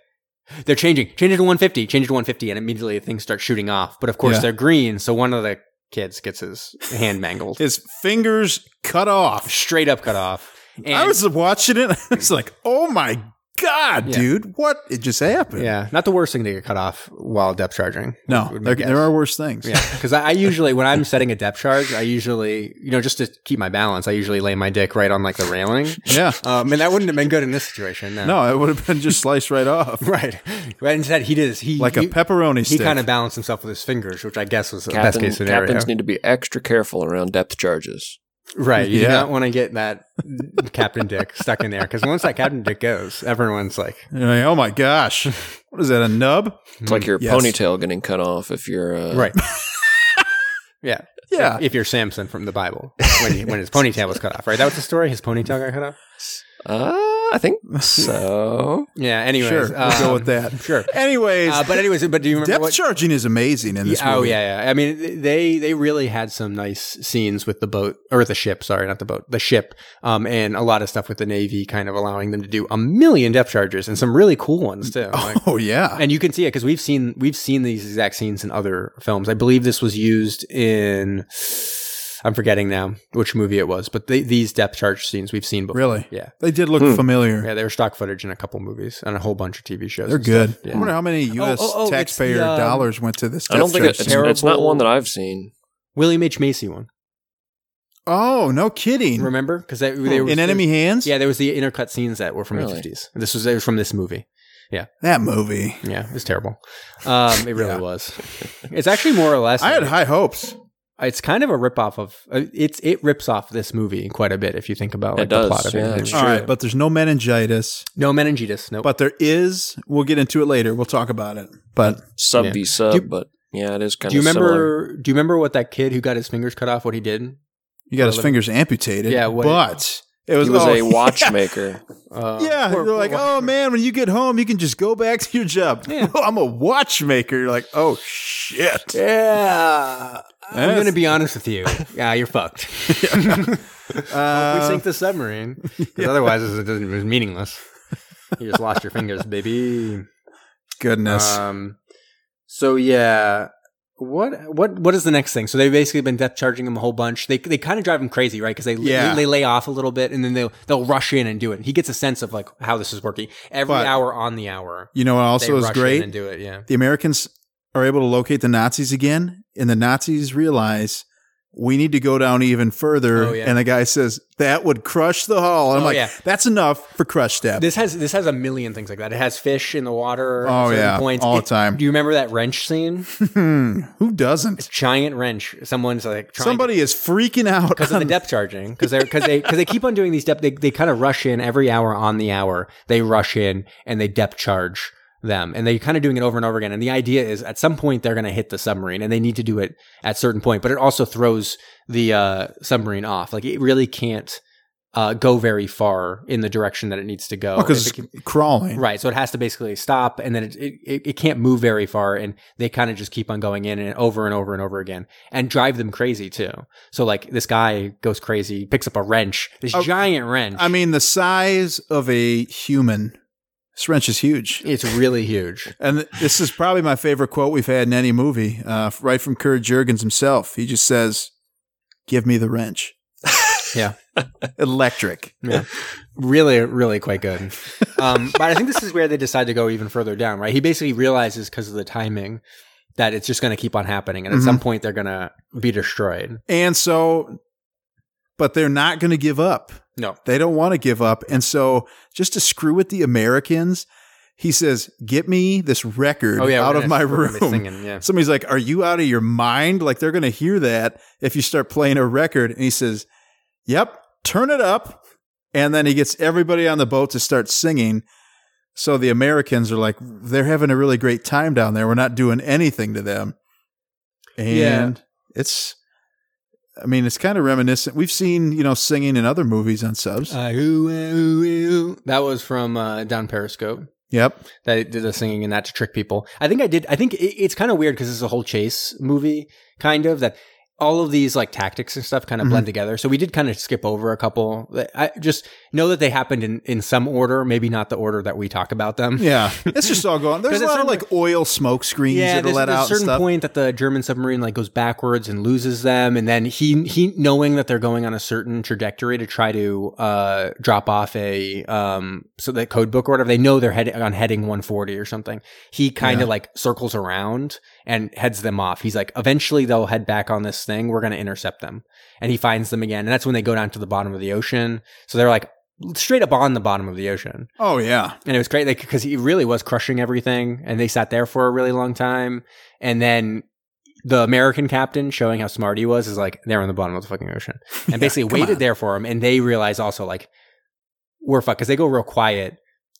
[SPEAKER 3] they're changing, change it to 150, change it to 150. And immediately things start shooting off. But of course,
[SPEAKER 1] Yeah.
[SPEAKER 3] they're green. So one of the kids gets his hand mangled,
[SPEAKER 1] His fingers cut off.
[SPEAKER 3] straight up cut off. And
[SPEAKER 1] I was watching it. I was like, "Oh my God,
[SPEAKER 3] Yeah.
[SPEAKER 1] dude, what it just happened?
[SPEAKER 3] Yeah, not the worst thing to get cut off while depth charging.
[SPEAKER 1] No,
[SPEAKER 3] would be
[SPEAKER 1] there,
[SPEAKER 3] guess.
[SPEAKER 1] there are worse things.
[SPEAKER 3] Yeah, because I, I usually when I'm setting a depth charge, I usually you know just to keep my balance, I usually lay my dick right on like the railing.
[SPEAKER 1] Yeah.
[SPEAKER 3] Um, and that wouldn't have been good in this situation. No,
[SPEAKER 1] No, it would have been just sliced right off.
[SPEAKER 3] right. But instead, he did. He
[SPEAKER 1] Like a
[SPEAKER 3] he-
[SPEAKER 1] pepperoni
[SPEAKER 3] He
[SPEAKER 1] stick.
[SPEAKER 3] kind of balanced himself with his fingers, which I guess was the best
[SPEAKER 4] Captain,
[SPEAKER 3] case scenario.
[SPEAKER 4] captains need to be extra careful around depth charges.
[SPEAKER 3] Right. You do
[SPEAKER 1] Yeah.
[SPEAKER 3] not want to get that Captain Dick stuck in there because once that Captain Dick goes, everyone's like,
[SPEAKER 1] You're like, oh my gosh, what is that? A nub?
[SPEAKER 4] It's like your
[SPEAKER 1] Yes.
[SPEAKER 4] ponytail getting cut off if you're uh,
[SPEAKER 3] Mm, right. yeah.
[SPEAKER 1] Yeah.
[SPEAKER 3] If you're Samson from the Bible, when, he, when his ponytail was cut off, right? That was the story. His ponytail got cut off.
[SPEAKER 4] Uh, I think
[SPEAKER 3] Mm.
[SPEAKER 4] so.
[SPEAKER 3] Yeah. Anyways,
[SPEAKER 1] sure, we'll go
[SPEAKER 3] um,
[SPEAKER 1] with that.
[SPEAKER 3] Sure.
[SPEAKER 1] Anyways,
[SPEAKER 3] Uh, but anyways, but do you remember
[SPEAKER 1] depth
[SPEAKER 3] what?
[SPEAKER 1] charging is amazing in this
[SPEAKER 3] Yeah, oh
[SPEAKER 1] movie.
[SPEAKER 3] yeah, yeah. I mean, they they really had some nice scenes with the boat or the ship. Sorry, not the boat, the ship. Um, and a lot of stuff with the navy, kind of allowing them to do a million depth charges and some really cool ones too. Like-
[SPEAKER 1] Oh yeah.
[SPEAKER 3] and you can see it because we've seen we've seen these exact scenes in other films. I believe this was used in I'm forgetting now which movie it was, but they, these depth charge scenes we've seen before.
[SPEAKER 1] Really?
[SPEAKER 3] Yeah,
[SPEAKER 1] They did look
[SPEAKER 4] Hmm.
[SPEAKER 1] familiar.
[SPEAKER 3] yeah, they were stock footage in a couple movies and a whole bunch of TV shows.
[SPEAKER 1] They're
[SPEAKER 3] and stuff.
[SPEAKER 1] good.
[SPEAKER 3] Yeah.
[SPEAKER 1] I wonder how many U.S.
[SPEAKER 3] oh, oh, it's
[SPEAKER 1] taxpayer
[SPEAKER 3] the, um,
[SPEAKER 1] dollars went to this.
[SPEAKER 4] I
[SPEAKER 1] depth
[SPEAKER 4] don't think
[SPEAKER 1] charge
[SPEAKER 4] it's,
[SPEAKER 1] scene.
[SPEAKER 4] it's not
[SPEAKER 3] terrible-
[SPEAKER 4] one that I've seen.
[SPEAKER 3] William H Macy one,
[SPEAKER 1] Oh no, kidding!
[SPEAKER 3] remember? Because they, they were
[SPEAKER 1] Oh, in enemy hands.
[SPEAKER 3] Yeah, there was the intercut scenes that were from
[SPEAKER 4] Really?
[SPEAKER 3] the 50s. This was, it was from this movie.
[SPEAKER 1] that movie.
[SPEAKER 3] Yeah, it was terrible. Um, it really
[SPEAKER 1] Yeah.
[SPEAKER 3] was. It's actually more or less.
[SPEAKER 1] I had high hopes.
[SPEAKER 3] it's kind of a rip off of uh, it's it rips off this movie quite a bit if you think about like
[SPEAKER 4] It
[SPEAKER 3] the
[SPEAKER 4] does,
[SPEAKER 3] plot of
[SPEAKER 4] yeah,
[SPEAKER 3] it.
[SPEAKER 4] it's
[SPEAKER 1] All right, but there's no meningitis.
[SPEAKER 3] no meningitis. Nope.
[SPEAKER 1] But there is. We'll get into it later. We'll talk about it. But
[SPEAKER 4] Sub
[SPEAKER 3] Yeah.
[SPEAKER 4] be sub,
[SPEAKER 3] Do you-
[SPEAKER 4] but yeah, it is kind
[SPEAKER 3] do you
[SPEAKER 4] of
[SPEAKER 3] remember?
[SPEAKER 4] similar.
[SPEAKER 3] Do you remember what that kid who got his fingers cut off? What he did?
[SPEAKER 1] you got his
[SPEAKER 3] Well,
[SPEAKER 1] fingers amputated.
[SPEAKER 3] Yeah, what-
[SPEAKER 1] but it was,
[SPEAKER 4] He was
[SPEAKER 1] oh,
[SPEAKER 4] a watchmaker.
[SPEAKER 3] Uh,
[SPEAKER 1] Yeah,
[SPEAKER 3] poor-
[SPEAKER 1] they're like,
[SPEAKER 3] poor-
[SPEAKER 1] oh man, when you get home, you can just go back to your job.
[SPEAKER 3] Yeah.
[SPEAKER 1] "Well, I'm a watchmaker. You're like, oh shit.
[SPEAKER 3] Yeah, I'm
[SPEAKER 1] That's-
[SPEAKER 3] gonna be honest with you. Yeah, you're fucked. we
[SPEAKER 1] Uh,
[SPEAKER 3] sink the submarine because otherwise it doesn't. It was meaningless. You just lost your fingers, baby.
[SPEAKER 1] goodness.
[SPEAKER 3] Um, so yeah, what what what is the next thing? So they've basically been depth charging him a whole bunch. They they kind of drive him crazy, right? Because they,
[SPEAKER 1] Yeah.
[SPEAKER 3] they lay off a little bit and then they'll they'll rush in and do it. He gets a sense of like how this is working every
[SPEAKER 1] But-
[SPEAKER 3] hour on the hour.
[SPEAKER 1] you know what also
[SPEAKER 3] they
[SPEAKER 1] is
[SPEAKER 3] rush in
[SPEAKER 1] great?
[SPEAKER 3] and do it. Yeah,
[SPEAKER 1] The Americans are able to locate the Nazis again, and the Nazis realize we need to go down even further.
[SPEAKER 3] Oh, yeah.
[SPEAKER 1] And the guy says, that would crush the hull. And I'm
[SPEAKER 3] Oh,
[SPEAKER 1] like,
[SPEAKER 3] yeah.
[SPEAKER 1] that's enough for crush step.
[SPEAKER 3] this has this has a million things like that. It has fish in the water. at
[SPEAKER 1] Oh,
[SPEAKER 3] certain
[SPEAKER 1] yeah,
[SPEAKER 3] points.
[SPEAKER 1] all
[SPEAKER 3] It-
[SPEAKER 1] the time.
[SPEAKER 3] Do you remember that wrench scene?
[SPEAKER 1] Hmm, Who doesn't?
[SPEAKER 3] Giant wrench. Someone's like trying to
[SPEAKER 1] Somebody is freaking out.
[SPEAKER 3] because of the
[SPEAKER 1] on-
[SPEAKER 3] depth charging because they're because they because they keep on doing these depth they, they kind of rush in every hour on the hour they rush in and they depth charge them and they're kind of doing it over and over again and the idea is at some point they're going to hit the submarine and they need to do it at certain point but it also throws the uh, submarine off like it really can't uh, go very far in the direction that it needs to go
[SPEAKER 1] Oh, 'cause
[SPEAKER 3] If it
[SPEAKER 1] it's crawling.
[SPEAKER 3] Right. So it has to basically stop and then it, it, it, it can't move very far. And they kind of just keep on going in and over and over and over again and drive them crazy too. So like this guy goes crazy, picks up a wrench, this
[SPEAKER 1] Oh,
[SPEAKER 3] giant wrench.
[SPEAKER 1] I mean, the size of a human. This wrench is huge.
[SPEAKER 3] it's really huge.
[SPEAKER 1] And this is probably my favorite quote we've had in any movie, uh, right from Kurt Jurgens himself. He just says, "Give me the wrench."
[SPEAKER 3] Yeah.
[SPEAKER 1] electric.
[SPEAKER 3] Yeah. really, really quite good. Um, but I think this is where they decide to go even further down, right? He basically realizes because of the timing that it's just going to keep on happening. And at
[SPEAKER 1] Mhm.
[SPEAKER 3] some point they're going to be destroyed.
[SPEAKER 1] And so, but they're not going to give up.
[SPEAKER 3] No.
[SPEAKER 1] They don't want to give up. And so, just to screw with the Americans, he says, "Get me this record
[SPEAKER 3] Oh yeah.
[SPEAKER 1] out
[SPEAKER 3] we're
[SPEAKER 1] of
[SPEAKER 3] gonna-
[SPEAKER 1] my
[SPEAKER 3] we're gonna be
[SPEAKER 1] room."
[SPEAKER 3] Singing, yeah.
[SPEAKER 1] Somebody's like, "Are you out of your mind? Like they're going to hear that if you start playing a record." And he says, "Yep, turn it up." And then he gets everybody on the boat to start singing. So the Americans are like, "They're having a really great time down there. We're not doing anything to them." And
[SPEAKER 3] Yeah.
[SPEAKER 1] it's I mean, it's kind of reminiscent. We've seen, you know, singing in other movies on subs.
[SPEAKER 3] Uh, ooh, ooh, ooh. That was from uh, Down Periscope.
[SPEAKER 1] yep.
[SPEAKER 3] That it did the singing and that to trick people. I think I did. I think it, it's kind of weird because it's a whole chase movie, kind of that. all of these like tactics and stuff kind of blend together. So we did kind of skip over a couple. I just know that they happened in, in some order, maybe not the order that we talk about them.
[SPEAKER 1] Yeah, it's just all going. There's
[SPEAKER 3] 'Cause
[SPEAKER 1] a
[SPEAKER 3] at
[SPEAKER 1] lot of
[SPEAKER 3] certain-
[SPEAKER 1] like oil smoke screens that are
[SPEAKER 3] there's,
[SPEAKER 1] let
[SPEAKER 3] there's
[SPEAKER 1] out
[SPEAKER 3] a
[SPEAKER 1] and
[SPEAKER 3] certain
[SPEAKER 1] stuff.
[SPEAKER 3] point that the German submarine like goes backwards and loses them, and then he he knowing that they're going on a certain trajectory to try to uh, drop off a um so that code book or whatever they know they're heading on heading 140 or something. He kind of
[SPEAKER 1] Yeah.
[SPEAKER 3] like circles around and heads them off. He's like, eventually they'll head back on this thing. We're gonna intercept them, and he finds them again, and that's when they go down to the bottom of the ocean. So they're like straight up on the bottom of the ocean
[SPEAKER 1] Oh yeah,
[SPEAKER 3] and it was great because he really was crushing everything and they sat there for a really long time and then the american captain showing how smart he was is like they're on the bottom of the fucking ocean and basically
[SPEAKER 1] come
[SPEAKER 3] waited
[SPEAKER 1] on.
[SPEAKER 3] there for him and they realize also like we're fucked because they go real quiet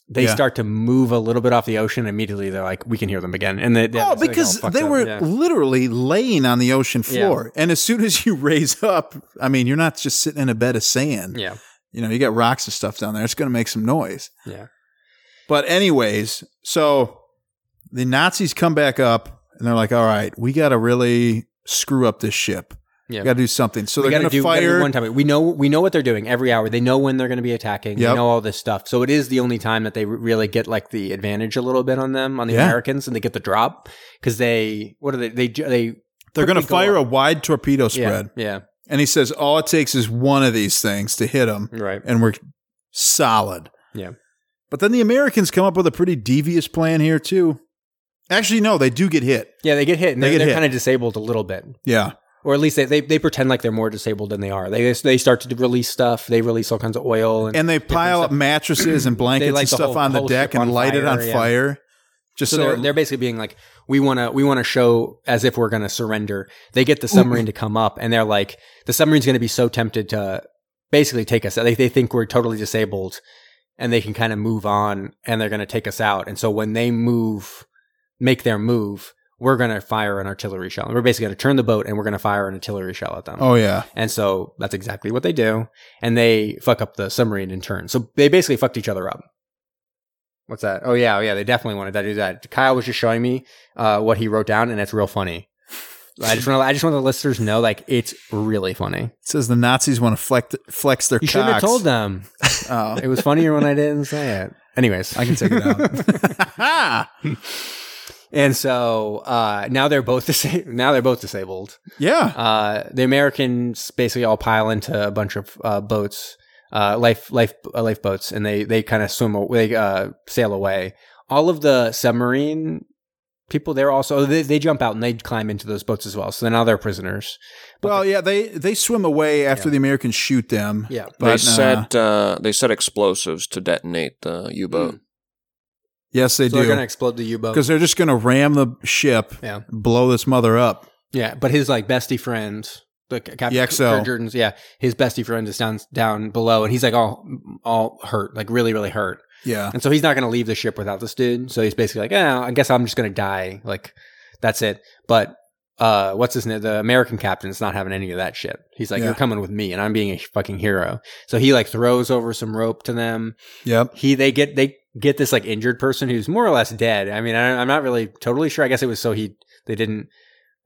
[SPEAKER 3] they
[SPEAKER 1] Yeah.
[SPEAKER 3] start to move a little bit off the ocean immediately they're like we can hear them again and they, they
[SPEAKER 1] oh, because they were literally laying on the ocean
[SPEAKER 3] Yeah.
[SPEAKER 1] floor, and as soon as you raise up, I mean, you're not just sitting in a bed of sand.
[SPEAKER 3] yeah
[SPEAKER 1] You know, you got rocks and stuff down there. It's going to make some noise.
[SPEAKER 3] Yeah.
[SPEAKER 1] But anyways, so the Nazis come back up, and they're like, "All right, we got to really screw up this ship.
[SPEAKER 3] Yeah.
[SPEAKER 1] We got to do something." So
[SPEAKER 3] we
[SPEAKER 1] they're
[SPEAKER 3] gotta
[SPEAKER 1] going
[SPEAKER 3] do,
[SPEAKER 1] to
[SPEAKER 3] we gotta do
[SPEAKER 1] fire.
[SPEAKER 3] one time. We know we know what they're doing every hour. They know when they're going to be attacking.
[SPEAKER 1] Yep.
[SPEAKER 3] They know all this stuff. So it is the only time that they re- really get like the advantage a little bit on them on the
[SPEAKER 1] Yeah.
[SPEAKER 3] Americans, and they get the drop because they what are they they ju- they
[SPEAKER 1] they're going to
[SPEAKER 3] quickly go
[SPEAKER 1] fire a
[SPEAKER 3] up.
[SPEAKER 1] wide torpedo spread,
[SPEAKER 3] Yeah,
[SPEAKER 1] and he says, "All it takes is one of these things to hit them."
[SPEAKER 3] yeah right.
[SPEAKER 1] and we're solid.
[SPEAKER 3] Yeah.
[SPEAKER 1] But then the Americans come up with a pretty devious plan here too. Actually, no, they do get hit.
[SPEAKER 3] Yeah, they get hit and
[SPEAKER 1] They get
[SPEAKER 3] they are they're
[SPEAKER 1] hit.
[SPEAKER 3] kind of disabled a little bit,
[SPEAKER 1] Yeah.
[SPEAKER 3] or at least they, they they pretend like they're more disabled than they are. They they start to release stuff. They release all kinds of oil and,
[SPEAKER 1] And they pile up mattresses and blankets
[SPEAKER 3] light
[SPEAKER 1] and
[SPEAKER 3] the
[SPEAKER 1] stuff
[SPEAKER 3] whole-
[SPEAKER 1] on the
[SPEAKER 3] whole
[SPEAKER 1] deck
[SPEAKER 3] ship
[SPEAKER 1] and
[SPEAKER 3] on
[SPEAKER 1] light it
[SPEAKER 3] fire,
[SPEAKER 1] on
[SPEAKER 3] yeah.
[SPEAKER 1] fire. Just
[SPEAKER 3] so
[SPEAKER 1] so,
[SPEAKER 3] they're they're basically being like, we want to we want to show as if we're going to surrender. They get the submarine to come up, and they're like, the submarine's going to be so tempted to basically take us out. They they think we're totally disabled, and they can kind of move on, and they're going to take us out. And so when they move, make their move, we're going to fire an artillery shell. We're basically going to turn the boat, and we're going to fire an artillery shell at them.
[SPEAKER 1] Oh yeah.
[SPEAKER 3] And so that's exactly what they do, and they fuck up the submarine in turn. So they basically fucked each other up. What's that? Oh yeah, oh, yeah. They definitely wanted to do that. Kyle was just showing me uh, what he wrote down, and it's real funny. I just want to, I just want the listeners to know, like, it's really funny.
[SPEAKER 1] It says the Nazis want to flex, flex their
[SPEAKER 3] You shouldn't have
[SPEAKER 1] cocks.
[SPEAKER 3] told them.
[SPEAKER 1] Oh,
[SPEAKER 3] It was funnier when I didn't say it. Anyways,
[SPEAKER 1] I can take it out.
[SPEAKER 3] and so uh, now they're both disa- now they're both disabled.
[SPEAKER 1] yeah.
[SPEAKER 3] Uh, the Americans basically all pile into a bunch of uh, boats, uh, life life uh, lifeboats, and they they kind of swim aw- they uh, sail away. All of the submarine people they're also oh, they, they jump out and they climb into those boats as well. So now they're prisoners.
[SPEAKER 1] Well, yeah, they they swim away after the Americans shoot them.
[SPEAKER 3] Yeah.
[SPEAKER 1] But, uh,
[SPEAKER 4] they set uh, they set explosives to detonate the U boat.
[SPEAKER 1] yes, they
[SPEAKER 3] so they're gonna
[SPEAKER 1] do.
[SPEAKER 3] explode the U boat.
[SPEAKER 1] Because they're just going to ram the ship,
[SPEAKER 3] Yeah.
[SPEAKER 1] blow this mother up.
[SPEAKER 3] Yeah, but his like bestie friend, the ca- Captain
[SPEAKER 1] The XL.
[SPEAKER 3] Kurt Jordan's, yeah, his bestie friend is down down below, and he's like all all hurt, like really really hurt.
[SPEAKER 1] Yeah.
[SPEAKER 3] And so he's not going to leave the ship without this dude. So he's basically like, eh, I guess I'm just going to die. Like, that's it. But uh, what's his name? The American captain's not having any of that shit. He's like,
[SPEAKER 1] Yeah.
[SPEAKER 3] you're coming with me, and I'm being a fucking hero. So he like throws over some rope to them.
[SPEAKER 1] Yep.
[SPEAKER 3] He they get they get this like injured person who's more or less dead. I mean, I, I'm not really totally sure. I guess it was so he they didn't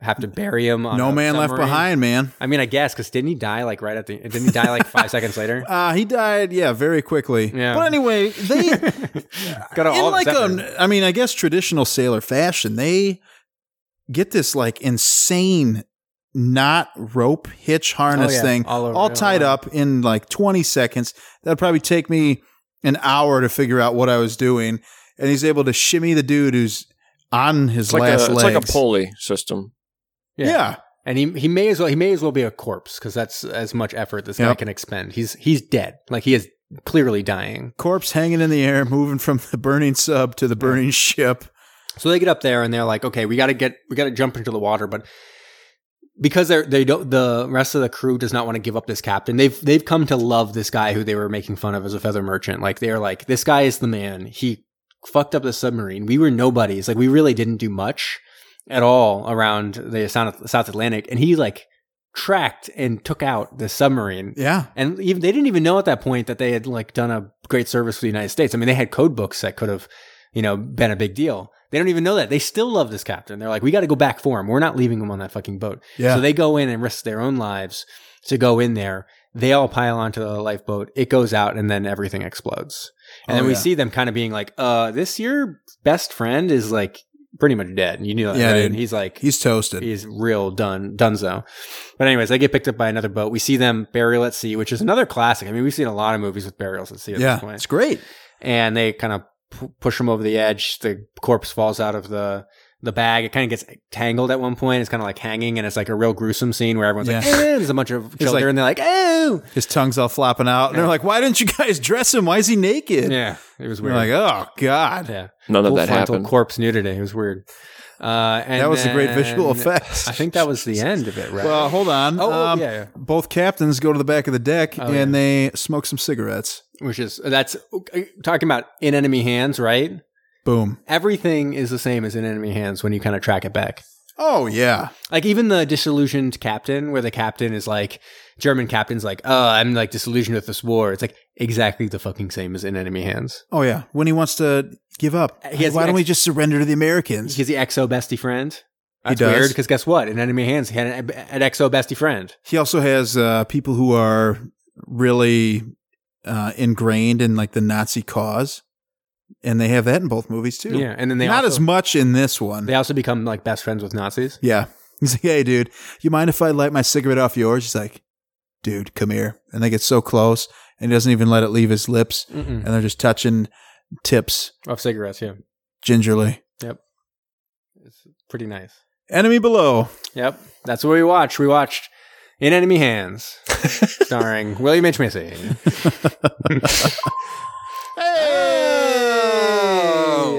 [SPEAKER 3] have to bury him. On
[SPEAKER 1] No
[SPEAKER 3] a
[SPEAKER 1] man left
[SPEAKER 3] submarine.
[SPEAKER 1] behind, man.
[SPEAKER 3] I mean, I guess because didn't he die like right at the? Didn't he die like five seconds later?
[SPEAKER 1] Uh, he died, yeah, very quickly.
[SPEAKER 3] Yeah.
[SPEAKER 1] But anyway, they in
[SPEAKER 3] Got all
[SPEAKER 1] like
[SPEAKER 3] upset.
[SPEAKER 1] a, I mean, I guess traditional sailor fashion, they get this like insane knot rope hitch harness
[SPEAKER 3] Oh, yeah.
[SPEAKER 1] thing,
[SPEAKER 3] All over-
[SPEAKER 1] all tied
[SPEAKER 3] all-
[SPEAKER 1] up in like 20 seconds. That'd probably take me an hour to figure out what I was doing. And he's able to shimmy the dude who's on his
[SPEAKER 4] It's like
[SPEAKER 1] last
[SPEAKER 4] a it's
[SPEAKER 1] legs.
[SPEAKER 4] like a pulley system.
[SPEAKER 1] Yeah.
[SPEAKER 3] And he he may as well he may as well be a corpse because that's as much effort this
[SPEAKER 1] Yep.
[SPEAKER 3] guy can expend. He's he's dead. Like he is clearly dying.
[SPEAKER 1] corpse hanging in the air, moving from the burning sub to the burning ship.
[SPEAKER 3] So they get up there and they're like, okay, we got to get we got to jump into the water, but because they're they don't the rest of the crew does not want to give up this captain. They've they've come to love this guy who they were making fun of as a feather merchant. Like they're like, this guy is the man. He fucked up the submarine. We were nobodies. Like we really didn't do much at all around the South South Atlantic, and he like tracked and took out the submarine
[SPEAKER 1] Yeah.
[SPEAKER 3] and even they didn't even know at that point that they had like done a great service for the United States. I mean, they had code books that could have, you know, been a big deal. They don't even know that. They still love this captain. They're like, we got to go back for him. We're not leaving him on that fucking boat.
[SPEAKER 1] Yeah.
[SPEAKER 3] So they go in and risk their own lives to go in there. They all pile onto the lifeboat. It goes out and then everything explodes. And
[SPEAKER 1] Oh,
[SPEAKER 3] then we
[SPEAKER 1] yeah.
[SPEAKER 3] see them kind of being like, uh, this your best friend is like pretty much dead. You knew that.
[SPEAKER 1] Yeah,
[SPEAKER 3] right?
[SPEAKER 1] dude.
[SPEAKER 3] And he's like,
[SPEAKER 1] He's toasted.
[SPEAKER 3] is real done dunzo. But anyways, they get picked up by another boat. We see them burial at sea, which is another classic. I mean, we've seen a lot of movies with burials at sea at
[SPEAKER 1] yeah.
[SPEAKER 3] this point.
[SPEAKER 1] It's great.
[SPEAKER 3] And they kind of p- push them over the edge. The corpse falls out of the the bag. It kind of gets tangled at one point. It's kind of like hanging, and it's like a real gruesome scene where everyone's like,
[SPEAKER 1] Yeah.
[SPEAKER 3] eh, there's a bunch of children,
[SPEAKER 1] like-
[SPEAKER 3] and they're like, oh,
[SPEAKER 1] His tongue's all flopping out. And they're like, why didn't you guys dress him? Why is he naked?
[SPEAKER 3] yeah, it was
[SPEAKER 1] We're like,
[SPEAKER 3] weird.
[SPEAKER 1] oh, God.
[SPEAKER 3] yeah,
[SPEAKER 4] None of
[SPEAKER 3] Full
[SPEAKER 4] that
[SPEAKER 3] frontal
[SPEAKER 4] happened.
[SPEAKER 3] corpse nudity. It was weird. Uh, and
[SPEAKER 1] that was a great
[SPEAKER 3] then-
[SPEAKER 1] visual effect.
[SPEAKER 3] I think that was the end of it, right?
[SPEAKER 1] Well, hold on.
[SPEAKER 3] Oh,
[SPEAKER 1] Um,
[SPEAKER 3] yeah, Oh, yeah.
[SPEAKER 1] Both captains go to the back of the deck and they smoke some cigarettes.
[SPEAKER 3] which is that's talking about in enemy hands, right?
[SPEAKER 1] Boom.
[SPEAKER 3] Everything is the same as in enemy hands when you kind of track it back.
[SPEAKER 1] Oh, yeah.
[SPEAKER 3] Like even the disillusioned captain, where the captain is like German captain's like, "Oh, I'm like disillusioned with this war." It's like exactly the fucking same as in enemy hands.
[SPEAKER 1] Oh, yeah. When he wants to give up,
[SPEAKER 3] He has
[SPEAKER 1] why
[SPEAKER 3] an
[SPEAKER 1] don't we
[SPEAKER 3] ex-
[SPEAKER 1] just surrender to the Americans?
[SPEAKER 3] He's the exo bestie friend. That's
[SPEAKER 1] does.
[SPEAKER 3] weird because guess what? In enemy hands, he had an, an exo bestie friend.
[SPEAKER 1] He also has uh, people who are really uh, ingrained in like the Nazi cause, and they have that in both movies too.
[SPEAKER 3] Yeah, and then they
[SPEAKER 1] not
[SPEAKER 3] also,
[SPEAKER 1] as much in this one.
[SPEAKER 3] They also become like best friends with Nazis.
[SPEAKER 1] yeah, he's like, "Hey, dude, you mind if I light my cigarette off yours?" He's like, "Dude, come here," and they get so close, and he doesn't even let it leave his lips,
[SPEAKER 3] Mm-mm.
[SPEAKER 1] and they're just touching tips
[SPEAKER 3] Of cigarettes, yeah,
[SPEAKER 1] gingerly.
[SPEAKER 3] pretty nice.
[SPEAKER 1] Enemy below.
[SPEAKER 3] Yep. That's what we watched. We watched In Enemy Hands, starring William H. Macy.
[SPEAKER 1] Hey!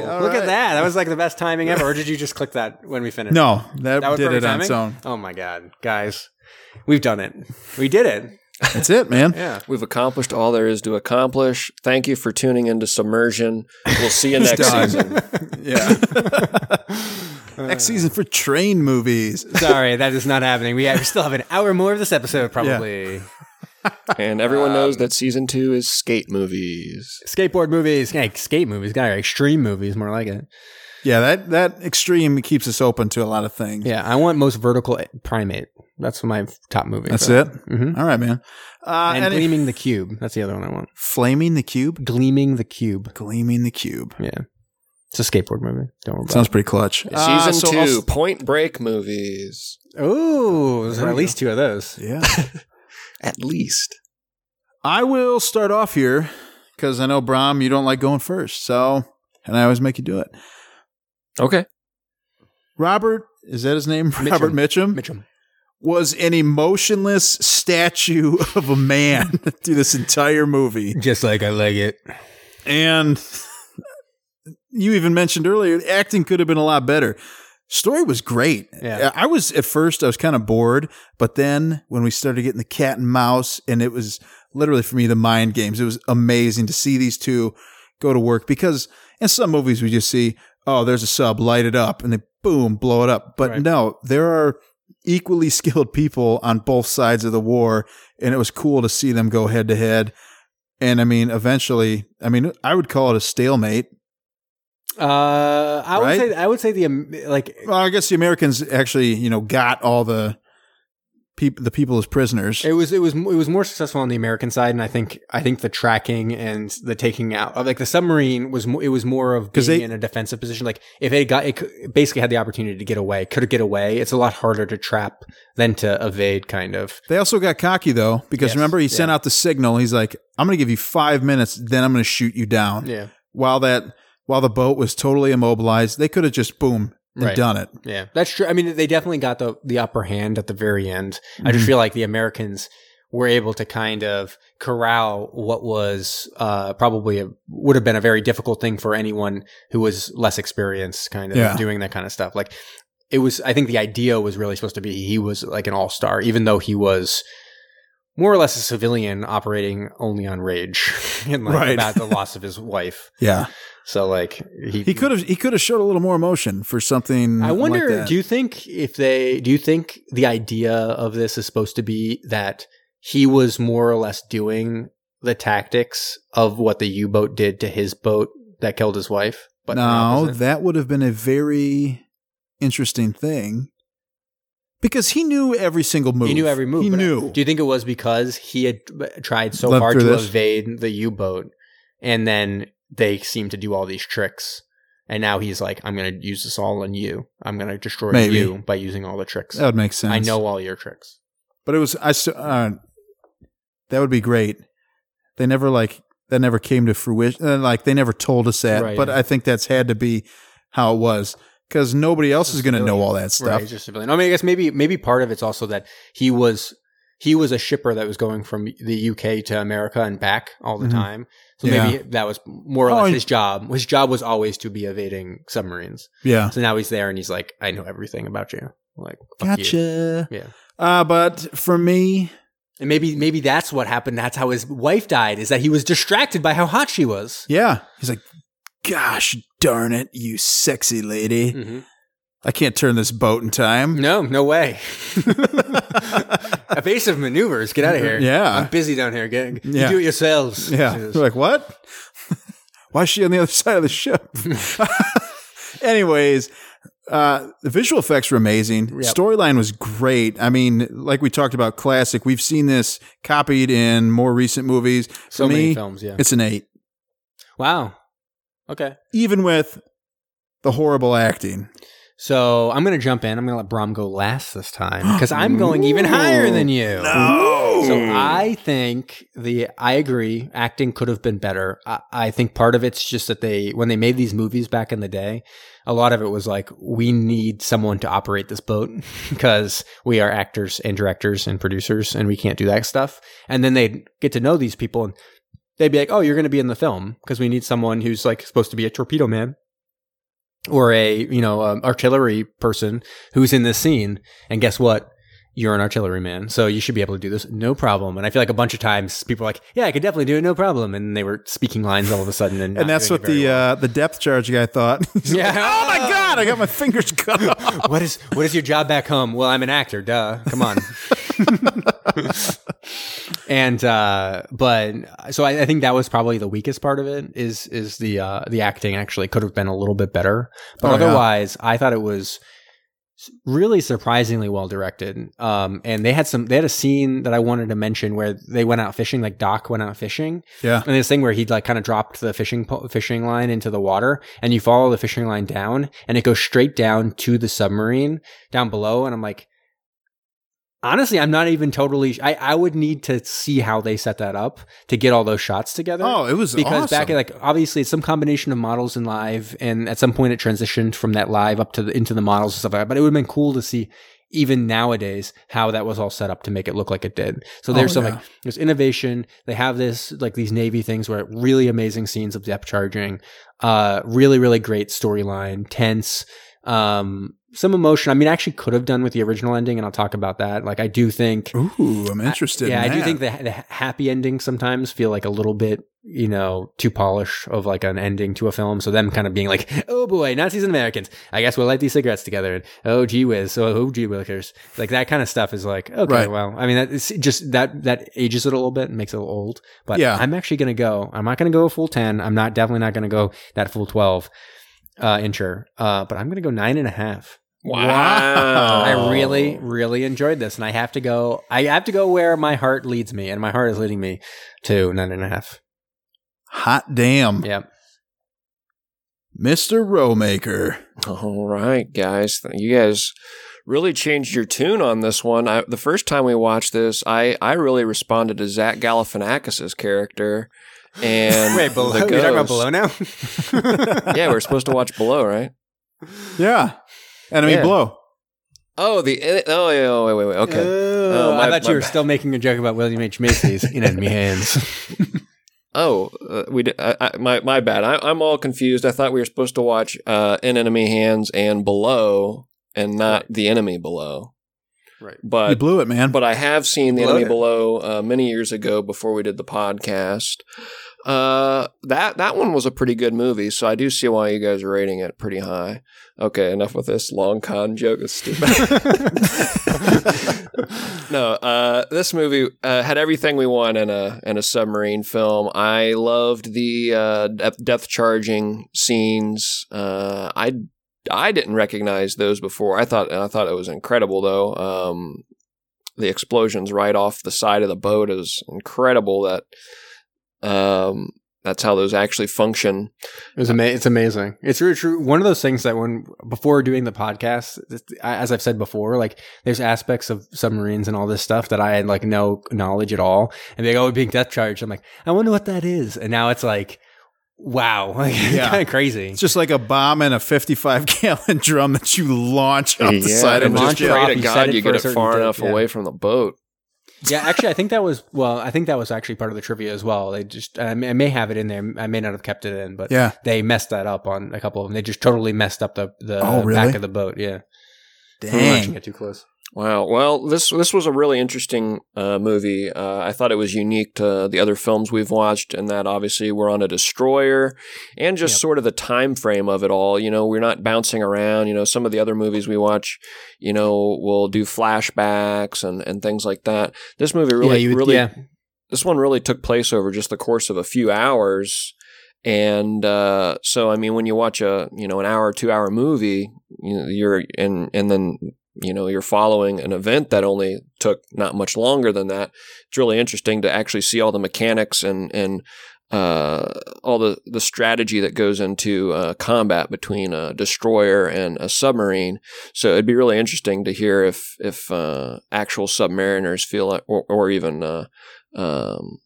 [SPEAKER 1] All
[SPEAKER 3] Look
[SPEAKER 1] right.
[SPEAKER 3] at that. That was like the best timing ever. Or did you just click that when we finished?
[SPEAKER 1] No, that,
[SPEAKER 3] That was
[SPEAKER 1] did
[SPEAKER 3] perfect
[SPEAKER 1] it on its
[SPEAKER 3] timing?
[SPEAKER 1] own.
[SPEAKER 3] Oh my God. Guys, we've done it. We did it.
[SPEAKER 1] That's it, man.
[SPEAKER 3] Yeah.
[SPEAKER 4] We've accomplished all there is to accomplish. Thank you for tuning into Submersion. We'll see you next
[SPEAKER 1] done.
[SPEAKER 4] season.
[SPEAKER 1] Yeah. Next season for train movies.
[SPEAKER 3] Sorry, that is not happening. We, have, we still have an hour more of this episode, probably.
[SPEAKER 4] And everyone knows that season two is skate movies.
[SPEAKER 3] Skateboard movies. Yeah, skate movies. Got it. Extreme movies, more like it.
[SPEAKER 1] Yeah, that that extreme keeps us open to a lot of things.
[SPEAKER 3] Yeah, I want most vertical primate. That's my top movie.
[SPEAKER 1] That's
[SPEAKER 3] So-
[SPEAKER 1] it.
[SPEAKER 3] Mhm.
[SPEAKER 1] All right, man. Uh,
[SPEAKER 3] and
[SPEAKER 1] any-
[SPEAKER 3] gleaming the cube. That's the other one I want.
[SPEAKER 1] flaming the cube,
[SPEAKER 3] Gleaming the cube.
[SPEAKER 1] gleaming the cube.
[SPEAKER 3] Yeah, it's a skateboard movie. Don't worry about
[SPEAKER 1] Sounds pretty clutch. Uh,
[SPEAKER 4] Season
[SPEAKER 1] so
[SPEAKER 4] two,
[SPEAKER 1] I'll-
[SPEAKER 4] Point Break movies.
[SPEAKER 3] it. Oh, there's
[SPEAKER 1] There
[SPEAKER 3] at
[SPEAKER 1] we
[SPEAKER 3] least two of those.
[SPEAKER 1] yeah,
[SPEAKER 4] At least.
[SPEAKER 1] I will start off here because I know Brom, you don't like going first, so and I always make you do it.
[SPEAKER 4] Okay.
[SPEAKER 1] Robert, is that his name? Robert Mitchum
[SPEAKER 3] Mitchum.
[SPEAKER 1] was an emotionless statue of a man through this entire movie.
[SPEAKER 3] Just like I like it.
[SPEAKER 1] And you even mentioned earlier, acting could have been a lot better. Story was great.
[SPEAKER 3] Yeah.
[SPEAKER 1] I was at first I was kind of bored, but then when we started getting the cat and mouse, and it was literally for me the mind games. It was amazing to see these two go to work because in some movies we just see, oh, there's a sub, light it up, and they boom, blow it up. But
[SPEAKER 3] Right.
[SPEAKER 1] no, there are equally skilled people on both sides of the war, and it was cool to see them go head to head. And I mean, eventually, I mean, I would call it a stalemate.
[SPEAKER 3] Uh, I
[SPEAKER 1] Right?
[SPEAKER 3] would say I would say the um, like
[SPEAKER 1] Well, I guess the Americans actually, you know, got all the people, the people as prisoners.
[SPEAKER 3] it was it was it was more successful on the American side, and I think I think the tracking and the taking out of like the submarine was mo- it was more of
[SPEAKER 1] 'Cause
[SPEAKER 3] being
[SPEAKER 1] they-
[SPEAKER 3] in a defensive position. Like if it got it cou- basically had the opportunity to get away, could it get away? It's a lot harder to trap than to evade, kind of.
[SPEAKER 1] They also got cocky though, because
[SPEAKER 3] Yes,
[SPEAKER 1] remember he sent
[SPEAKER 3] yeah.
[SPEAKER 1] out the signal. He's like, "I'm going to give you five minutes, then I'm going to shoot you down."
[SPEAKER 3] Yeah,
[SPEAKER 1] While that, while the boat was totally immobilized, they could have just boom and
[SPEAKER 3] Right.
[SPEAKER 1] done it.
[SPEAKER 3] Yeah, that's true. I mean, they definitely got the the upper hand at the very end. I
[SPEAKER 1] Mm-hmm.
[SPEAKER 3] just feel like the Americans were able to kind of corral what was uh, probably a, would have been a very difficult thing for anyone who was less experienced, kind of
[SPEAKER 1] Yeah.
[SPEAKER 3] doing that kind of stuff. Like it was, I think the idea was really supposed to be he was like an all star, even though he was. More or less a civilian operating only on rage and like
[SPEAKER 1] Right.
[SPEAKER 3] about the loss of his wife.
[SPEAKER 1] Mm-hmm. Yeah,
[SPEAKER 3] So like he,
[SPEAKER 1] he could have he could have showed a little more emotion for something.
[SPEAKER 3] I wonder.
[SPEAKER 1] Mm, like that.
[SPEAKER 3] Do you think if they? Do you think the idea of this is supposed to be that he was more or less doing the tactics of what the U boat did to his boat that killed his wife? But
[SPEAKER 1] now that would have been a very interesting thing because he knew every single move.
[SPEAKER 3] he knew every move.
[SPEAKER 1] He
[SPEAKER 3] but
[SPEAKER 1] knew.
[SPEAKER 3] Do you think it was because he had tried so
[SPEAKER 1] Lived
[SPEAKER 3] hard to
[SPEAKER 1] through this?
[SPEAKER 3] evade the U boat, and then they seemed to do all these tricks, and now he's like, "I'm going to use this all on you. I'm going to destroy
[SPEAKER 1] Maybe.
[SPEAKER 3] you by using all the tricks.
[SPEAKER 1] that would make sense.
[SPEAKER 3] I know all your tricks."
[SPEAKER 1] but it was I. St- uh, that would be great. They never like that never came to fruition. uh, Like they never told us that.
[SPEAKER 3] Right,
[SPEAKER 1] but
[SPEAKER 3] yeah.
[SPEAKER 1] I think that's had to be how it was because nobody else is going to know all that stuff.
[SPEAKER 3] Right, he's just a villain. I mean, I guess maybe maybe part of it's also that he was he was a shipper that was going from the UK to America and back all the
[SPEAKER 1] Mhm.
[SPEAKER 3] time. So maybe that was more or
[SPEAKER 1] Oh,
[SPEAKER 3] less
[SPEAKER 1] and-
[SPEAKER 3] his job. His job was always to be evading submarines.
[SPEAKER 1] Yeah.
[SPEAKER 3] So now he's there and he's like, I know everything about you. Like, fuck you.
[SPEAKER 1] Gotcha.
[SPEAKER 3] Yeah.
[SPEAKER 1] Uh, but for me,
[SPEAKER 3] And maybe maybe that's what happened. That's how his wife died. Is that he was distracted by how hot she was.
[SPEAKER 1] yeah, he's like, "Gosh darn it, you sexy lady!
[SPEAKER 3] Mm.
[SPEAKER 1] I can't turn this boat in time."
[SPEAKER 3] No, no way. Evasive maneuvers. Get out of here.
[SPEAKER 1] Yeah.
[SPEAKER 3] I'm busy down here. Get, you
[SPEAKER 1] Yeah.
[SPEAKER 3] do it yourselves.
[SPEAKER 1] Yeah.
[SPEAKER 3] Jesus.
[SPEAKER 1] You're like, what? Why is she on the other side of the ship? Anyways, uh, the visual effects were amazing.
[SPEAKER 3] Yep.
[SPEAKER 1] Storyline was great. I mean, like we talked about, classic. We've seen this copied in more recent movies. For
[SPEAKER 3] So
[SPEAKER 1] me,
[SPEAKER 3] many films, yeah.
[SPEAKER 1] it's an eight,
[SPEAKER 3] Wow. Okay.
[SPEAKER 1] even with the horrible acting.
[SPEAKER 3] So I'm going to jump in. I'm going to let Brom go last this time because I'm going even higher than you. So I think the I agree acting could have been better. I, I think part of it's just that they when they made these movies back in the day, a lot of it was like we need someone to operate this boat because we are actors and directors and producers and we can't do that stuff. And then they would get to know these people and they'd be like, "Oh, you're going to be in the film because we need someone who's like supposed to be a torpedo man." Or a you know um, artillery person who's in this scene, and guess what? you're an artilleryman, so you should be able to do this, no problem. And I feel like a bunch of times people are like, yeah, I could definitely do it, no problem. And they were speaking lines all of a sudden, and,
[SPEAKER 1] And that's what the uh, the depth charge guy thought. He's
[SPEAKER 3] Yeah.
[SPEAKER 1] like, oh my god, I got my fingers cut off.
[SPEAKER 3] what is what is your job back home? Well, I'm an actor, duh. Come on. and uh, but so I, I think that was probably the weakest part of it is is the uh, the acting actually could have been a little bit better, but
[SPEAKER 1] Oh, yeah.
[SPEAKER 3] otherwise I thought it was really surprisingly well directed. Um, and they had some they had a scene that I wanted to mention where they went out fishing, like Doc went out fishing,
[SPEAKER 1] Yeah.
[SPEAKER 3] and this thing where he like kind of dropped the fishing po- fishing line into the water, and you follow the fishing line down, and it goes straight down to the submarine down below, and I'm like, honestly, I'm not even totally. I I would need to see how they set that up to get all those shots together.
[SPEAKER 1] Oh, it was
[SPEAKER 3] Because back
[SPEAKER 1] awesome.
[SPEAKER 3] at like obviously it's some combination of models and live, and at some point it transitioned from that live up to the, into the models and stuff like that. But it would have been cool to see even nowadays how that was all set up to make it look like it did. So there's
[SPEAKER 1] Oh,
[SPEAKER 3] some
[SPEAKER 1] yeah.
[SPEAKER 3] like there's innovation. They have this like these navy things where really amazing scenes of depth charging, uh, really really great storyline, tense, um, some emotion. I mean, I actually could have done with the original ending, and I'll talk about that. Like I do think
[SPEAKER 1] Ooh, I'm interested.
[SPEAKER 3] yeah,
[SPEAKER 1] in
[SPEAKER 3] I do
[SPEAKER 1] that.
[SPEAKER 3] think the, the happy endings sometimes feel like a little bit, you know, too polished of like an ending to a film. So them kind of being like, oh boy, Nazis and Americans. I guess we'll light these cigarettes together. And oh gee whiz, so oh gee willikers. Like that kind of stuff is like okay,
[SPEAKER 1] Right.
[SPEAKER 3] well, I mean, that it's just that that ages it a little bit and makes it a little old. But
[SPEAKER 1] Yeah.
[SPEAKER 3] I'm actually gonna go. I'm not gonna go a full ten. I'm not definitely not gonna go that full twelve uh, incher. Uh, but I'm gonna go nine and a half.
[SPEAKER 4] Wow.
[SPEAKER 3] I really, really enjoyed this, and I have to go. I have to go where my heart leads me, and my heart is leading me to nine and a half.
[SPEAKER 1] Hot damn.
[SPEAKER 3] Yeah,
[SPEAKER 1] Mr. Rowmaker.
[SPEAKER 4] All right, guys. Th- You guys really changed your tune on this one. I, the first time we watched this, I, I really responded to Zach Galifianakis' character. And the
[SPEAKER 3] You're talking about
[SPEAKER 4] ghost.
[SPEAKER 3] below now?
[SPEAKER 4] yeah, we're supposed to watch Below, right?
[SPEAKER 1] Yeah. Enemy
[SPEAKER 3] Yeah.
[SPEAKER 1] blow.
[SPEAKER 4] Oh, the oh, yeah, oh wait, wait, wait. Okay. Oh,
[SPEAKER 3] I
[SPEAKER 4] my-
[SPEAKER 3] thought
[SPEAKER 4] my
[SPEAKER 3] you were
[SPEAKER 4] bad.
[SPEAKER 3] still making a joke about William H Macy's in enemy hands.
[SPEAKER 4] Oh, uh, we did, I, I, my my bad. I, I'm all confused. I thought we were supposed to watch uh, In Enemy Hands and Below, and not The Enemy Below.
[SPEAKER 3] Right.
[SPEAKER 1] you
[SPEAKER 4] But
[SPEAKER 1] blew it, man.
[SPEAKER 4] but I have seen The
[SPEAKER 3] Below
[SPEAKER 4] Enemy
[SPEAKER 3] it.
[SPEAKER 4] Below uh, many years ago before we did the podcast. Uh, that that one was a pretty good movie, so I do see why you guys are rating it pretty high. Okay, enough with this long con joke. It's stupid. no, uh, this movie uh, had everything we want in a in a submarine film. I loved the uh, de- death charging scenes. Uh, I I didn't recognize those before. I thought I thought it was incredible though. Um, the explosions right off the side of the boat is incredible. That um, that's how those actually function.
[SPEAKER 3] It was ama- it's amazing. It's really true. One of those things that when before doing the podcast, it's- I- as I've said before, like there's aspects of submarines and all this stuff that I had like no knowledge at all, and they go "Oh, being death charged. I'm like, I wonder what that is, and now it's like, wow, like
[SPEAKER 1] Yeah.
[SPEAKER 3] kind of crazy.
[SPEAKER 1] It's just like a bomb and a 55 gallon drum that you launch off the
[SPEAKER 4] Yeah,
[SPEAKER 1] side of
[SPEAKER 4] and
[SPEAKER 1] a
[SPEAKER 4] just
[SPEAKER 3] launch
[SPEAKER 1] ship.
[SPEAKER 3] it off.
[SPEAKER 4] pray to
[SPEAKER 3] You set
[SPEAKER 4] God
[SPEAKER 3] it
[SPEAKER 4] you
[SPEAKER 3] for
[SPEAKER 4] get
[SPEAKER 3] a
[SPEAKER 4] it
[SPEAKER 3] certain
[SPEAKER 4] far
[SPEAKER 3] dip,
[SPEAKER 4] enough
[SPEAKER 3] yeah.
[SPEAKER 4] away from the boat.
[SPEAKER 3] yeah, actually, I think that was well, I think that was actually part of the trivia as well. They just I may I may have it in there. I may not have kept it in, but
[SPEAKER 1] Yeah.
[SPEAKER 3] they messed that up on a couple of them. They just totally messed up the the
[SPEAKER 1] Oh, really?
[SPEAKER 3] back of the boat. Yeah,
[SPEAKER 1] Dang.
[SPEAKER 3] get too close.
[SPEAKER 4] Wow. Well, this this was a really interesting uh, movie. Uh, I thought it was unique to the other films we've watched, and that obviously we're on a destroyer, and just
[SPEAKER 3] Yep.
[SPEAKER 4] sort of the time frame of it all. You know, we're not bouncing around. You know, some of the other movies we watch, you know, will do flashbacks and, and things like that. This movie really
[SPEAKER 3] yeah, you would-
[SPEAKER 4] really
[SPEAKER 3] yeah.
[SPEAKER 4] this one really took place over just the course of a few hours and uh, so i mean when you watch a you know an hour two hour movie you know, you're and and then you know you're following an event that only took not much longer than that it's really interesting to actually see all the mechanics and and uh, all the the strategy that goes into uh, combat between a destroyer and a submarine. So it'd be really interesting to hear if if uh, actual submariners feel like, or, or even uh, um,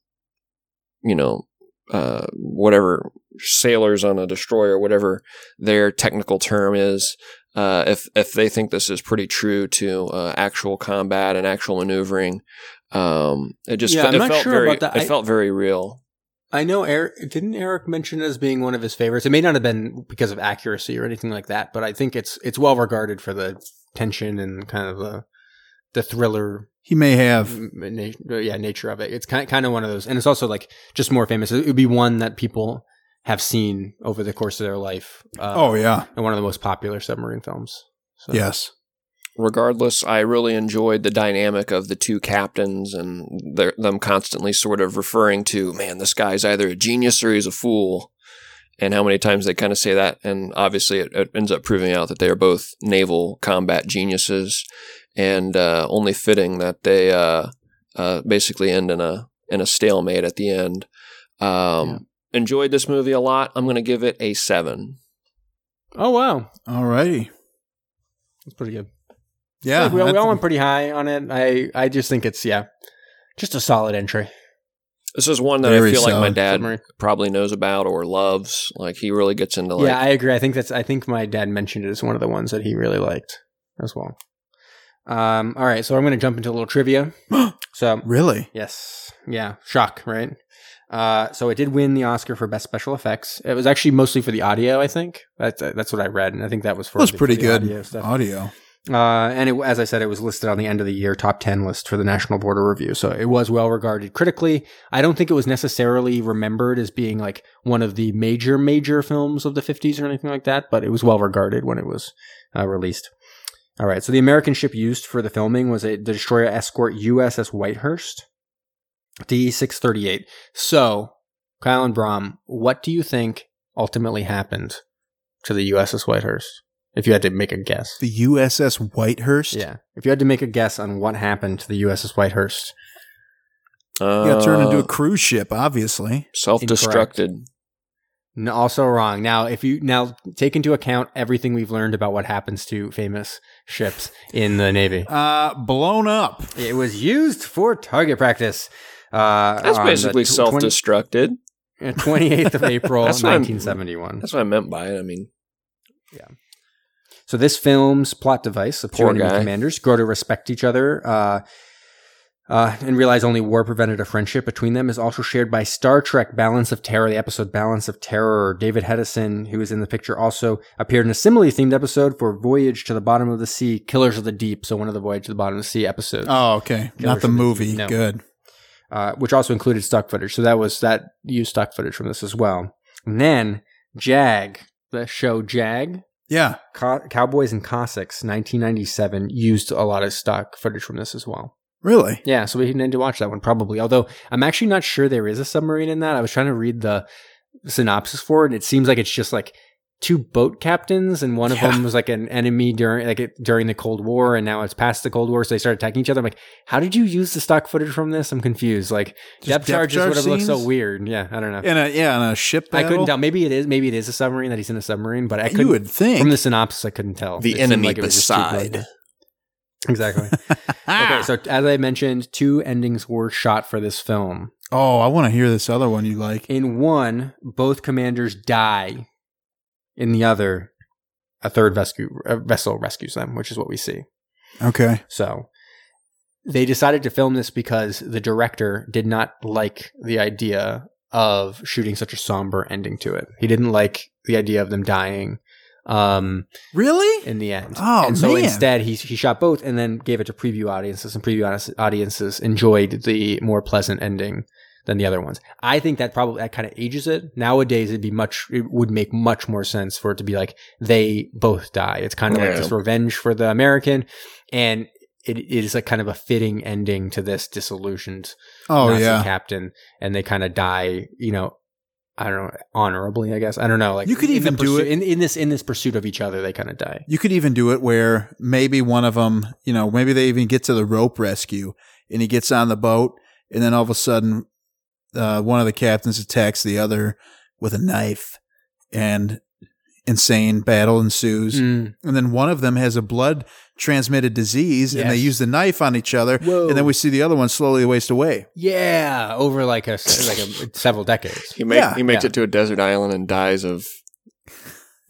[SPEAKER 4] you know, uh, whatever sailors on a destroyer, whatever their technical term is, uh, if if they think this is pretty true to uh, actual combat and actual maneuvering, um, it just
[SPEAKER 3] Yeah,
[SPEAKER 4] fe-
[SPEAKER 3] I'm
[SPEAKER 4] it
[SPEAKER 3] not
[SPEAKER 4] felt
[SPEAKER 3] sure
[SPEAKER 4] very
[SPEAKER 3] about that.
[SPEAKER 4] it
[SPEAKER 3] I-
[SPEAKER 4] felt very real.
[SPEAKER 3] I know Eric didn't Eric mention it as being one of his favorites. It may not have been because of accuracy or anything like that, but I think it's it's well regarded for the tension and kind of the the thriller
[SPEAKER 1] He may have.
[SPEAKER 3] m- na- yeah nature of it. It's kind kind of one of those, and it's also like just more famous. It would be one that people have seen over the course of their life. Uh,
[SPEAKER 1] Oh, yeah.
[SPEAKER 3] and one of the most popular submarine films. So.
[SPEAKER 1] Yes.
[SPEAKER 4] regardless, I really enjoyed the dynamic of the two captains and their, them constantly sort of referring to, man, this guy's either a genius or he's a fool. And how many times they kind of say that. And obviously, it, it ends up proving out that they are both naval combat geniuses. And uh, only fitting that they uh, uh, basically end in a in a stalemate at the end. Um, Enjoyed this movie a lot. I'm going to give it a seven.
[SPEAKER 3] Oh wow,
[SPEAKER 1] All righty.
[SPEAKER 3] that's pretty good.
[SPEAKER 1] Yeah.
[SPEAKER 3] we, all- we
[SPEAKER 1] that's-
[SPEAKER 3] all went pretty high on it. I I just think it's yeah, just a solid entry.
[SPEAKER 4] This is one that
[SPEAKER 1] Very
[SPEAKER 4] I feel like my
[SPEAKER 1] solid.
[SPEAKER 4] dad
[SPEAKER 3] Submarine.
[SPEAKER 4] probably knows about or loves. Like he really gets into like
[SPEAKER 3] yeah, I agree. I think that's. I think my dad mentioned it as one of the ones that he really liked as well. Um. All right, so I'm going to jump into a little trivia. so
[SPEAKER 1] Really?
[SPEAKER 3] yes, yeah, shock, right? Uh, so it did win the Oscar for best special effects. It was actually mostly for the audio, I think. That's that's what I read, and I think that was for
[SPEAKER 1] That was
[SPEAKER 3] the-
[SPEAKER 1] pretty
[SPEAKER 3] for the
[SPEAKER 1] good.
[SPEAKER 3] audio stuff.
[SPEAKER 1] Audio.
[SPEAKER 3] Uh, and it, as I said, it was listed on the end of the year top 10 list for the National Border Review. So it was well regarded critically. I don't think it was necessarily remembered as being like one of the major, major films of the 50s or anything like that, but it was well regarded when it was uh, released. All right. So the American ship used for the filming was a the destroyer escort USS Whitehurst, DE 638. So, Kyle and Brom, what do you think ultimately happened to the USS Whitehurst? If you had to make a guess.
[SPEAKER 1] The USS Whitehurst.
[SPEAKER 3] Yeah. If you had to make a guess on what happened to the USS Whitehurst,
[SPEAKER 1] You got turned
[SPEAKER 3] Uh,
[SPEAKER 1] into a cruise ship, obviously.
[SPEAKER 4] uh, self-destructed.
[SPEAKER 3] n- also wrong. Now, if you now take into account everything we've learned about what happens to famous ships in the Navy,
[SPEAKER 1] Uh, blown up.
[SPEAKER 3] it was used for target practice. Uh,
[SPEAKER 4] That's
[SPEAKER 3] on the
[SPEAKER 4] basically
[SPEAKER 3] tw-
[SPEAKER 4] self-destructed.
[SPEAKER 3] 20 28th of April,
[SPEAKER 4] That's what I'm-
[SPEAKER 3] 1971.
[SPEAKER 4] That's what I meant by it. I mean,
[SPEAKER 3] So this film's plot device, the two
[SPEAKER 4] Poor
[SPEAKER 3] enemy
[SPEAKER 4] guy.
[SPEAKER 3] commanders grow to respect each other, uh, uh, and realize only war prevented a friendship between them is also shared by Star Trek Balance of Terror, the episode Balance of Terror. David Hedison, who is in the picture, also appeared in a similarly themed episode for Voyage to the Bottom of the Sea, Killers of the Deep. So one of the Voyage to the Bottom of the Sea episodes.
[SPEAKER 1] Oh, okay.
[SPEAKER 3] Killer
[SPEAKER 1] Not the
[SPEAKER 3] ship.
[SPEAKER 1] movie.
[SPEAKER 3] No.
[SPEAKER 1] Good.
[SPEAKER 3] uh, which also included stock footage. So that was that used stock footage from this as well. And then Jag, the show Jag,
[SPEAKER 1] Yeah.
[SPEAKER 3] Co- Cowboys and Cossacks, 1997, used a lot of stock footage from this as well.
[SPEAKER 1] Really?
[SPEAKER 3] Yeah, so we need to watch that one probably. Although I'm actually not sure there is a submarine in that. I was trying to read the synopsis for it, and it seems like it's just like two boat captains, and one of
[SPEAKER 1] Yeah.
[SPEAKER 3] them was like an enemy during like it, during the Cold War, and now it's past the Cold War, so they start attacking each other. I'm like, how did you use the stock footage from this? I'm confused. Like
[SPEAKER 1] Just
[SPEAKER 3] depth, charge is whatever looks so
[SPEAKER 1] scenes?
[SPEAKER 3] weird. Yeah, I don't know.
[SPEAKER 1] In a yeah, on a ship.
[SPEAKER 3] I couldn't
[SPEAKER 1] battle?
[SPEAKER 3] tell. Maybe it is. Maybe it is a submarine that he's in a submarine, but I
[SPEAKER 1] You
[SPEAKER 3] couldn't.
[SPEAKER 1] would think.
[SPEAKER 3] from the synopsis, I couldn't tell.
[SPEAKER 4] The
[SPEAKER 3] It seemed
[SPEAKER 4] enemy
[SPEAKER 3] like it was just two
[SPEAKER 4] beside.
[SPEAKER 3] boats. Exactly.
[SPEAKER 1] Ah.
[SPEAKER 3] Okay, so as I mentioned, two endings were shot for this film.
[SPEAKER 1] oh, I want to hear this other one you like.
[SPEAKER 3] In one, both commanders die. In the other, a third vescu- uh, vessel rescues them, which is what we see.
[SPEAKER 1] Okay.
[SPEAKER 3] So they decided to film this because the director did not like the idea of shooting such a somber ending to it. He didn't like the idea of them dying um,
[SPEAKER 1] Really?
[SPEAKER 3] in the end.
[SPEAKER 1] Oh,
[SPEAKER 3] and so
[SPEAKER 1] man.
[SPEAKER 3] instead, he he shot both and then gave it to preview audiences, and preview audi- audiences enjoyed the more pleasant ending than the other ones. I think that probably that kind of ages it. Nowadays, it'd be much it would make much more sense for it to be like they both die. It's kind of like
[SPEAKER 4] Yeah.
[SPEAKER 3] this revenge for the American, and it, it is a kind of a fitting ending to this disillusioned
[SPEAKER 1] Oh
[SPEAKER 3] Nazi
[SPEAKER 1] yeah.
[SPEAKER 3] captain, and they kind of die. You know. I don't know, honorably, I guess. I don't know. Like
[SPEAKER 1] You could
[SPEAKER 3] in the
[SPEAKER 1] even do it-
[SPEAKER 3] pursuit- in, in this in this pursuit of each other. They kind of die.
[SPEAKER 1] You could even do it where maybe one of them, you know, maybe they even get to the rope rescue and he gets on the boat and then all of a sudden uh, one of the captains attacks the other with a knife and insane battle ensues.
[SPEAKER 3] Mm.
[SPEAKER 1] And then one of them has a blood transmitted disease and they
[SPEAKER 3] Yes.
[SPEAKER 1] use the knife on each other.
[SPEAKER 3] Whoa.
[SPEAKER 1] And then we see the other one slowly waste away.
[SPEAKER 3] Yeah, over like a like a several decades.
[SPEAKER 4] He, make,
[SPEAKER 1] Yeah.
[SPEAKER 4] he makes
[SPEAKER 3] Yeah.
[SPEAKER 4] it to a desert island and dies of.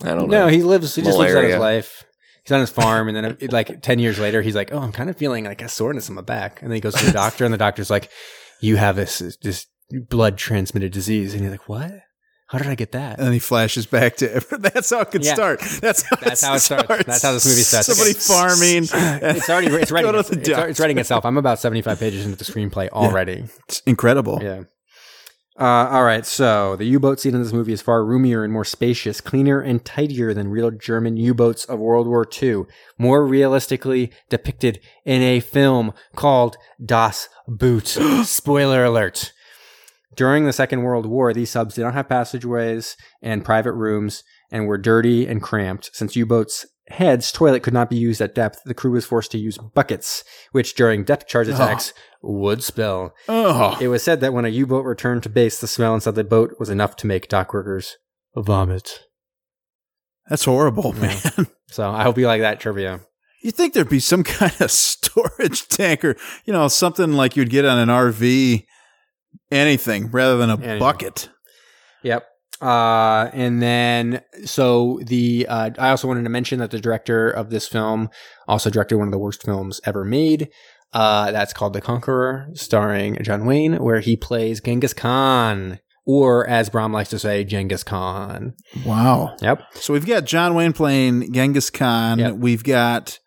[SPEAKER 4] I don't know.
[SPEAKER 3] No, he lives. He just lives out his
[SPEAKER 4] Malaria.
[SPEAKER 3] life. He's on his farm, and then it- like ten years later, he's like, "Oh, I'm kind of feeling like a soreness in my back," and then he goes to the doctor, and the doctor's like, "You have this this blood transmitted disease," and he's like, "What? How did I get that?"
[SPEAKER 1] And then he flashes back to That's how it could
[SPEAKER 3] Yeah.
[SPEAKER 1] start. That's how,
[SPEAKER 3] That's how it starts. That's how this movie starts.
[SPEAKER 1] Somebody
[SPEAKER 3] Okay.
[SPEAKER 1] farming.
[SPEAKER 3] It's already it's writing
[SPEAKER 1] Go to
[SPEAKER 3] it's,
[SPEAKER 1] the
[SPEAKER 3] it's, it's writing itself. I'm about 75 pages into the screenplay already.
[SPEAKER 1] It's incredible.
[SPEAKER 3] Yeah. Uh, all right, so the U-boat scene in this movie is far roomier and more spacious, cleaner and tidier than real German U-boats of World War II. More realistically depicted in a film called Das Boot. Spoiler alert. During the Second World War, these subs did not have passageways and private rooms and were dirty and cramped. Since U-boats' heads toilet could not be used at depth, the crew was forced to use buckets, which during depth charge
[SPEAKER 1] Oh.
[SPEAKER 3] attacks would spill.
[SPEAKER 1] Oh.
[SPEAKER 3] It was said that when a U boat returned to base, the smell inside the boat was enough to make dockworkers vomit.
[SPEAKER 1] That's horrible, man.
[SPEAKER 3] So I hope you like that trivia.
[SPEAKER 1] You think there'd be some kind of storage tank or, you know, something like you'd get on an RV, anything rather than a
[SPEAKER 3] Anything.
[SPEAKER 1] bucket.
[SPEAKER 3] Yep. Uh, and then, so the uh, I also wanted to mention that the director of this film also directed one of the worst films ever made. Uh, that's called The Conqueror, starring John Wayne, where he plays Genghis Khan, or as Brom likes to say, Genghis Khan.
[SPEAKER 1] Wow.
[SPEAKER 3] Yep.
[SPEAKER 1] So we've got John Wayne playing Genghis Khan.
[SPEAKER 3] Yep.
[SPEAKER 1] We've got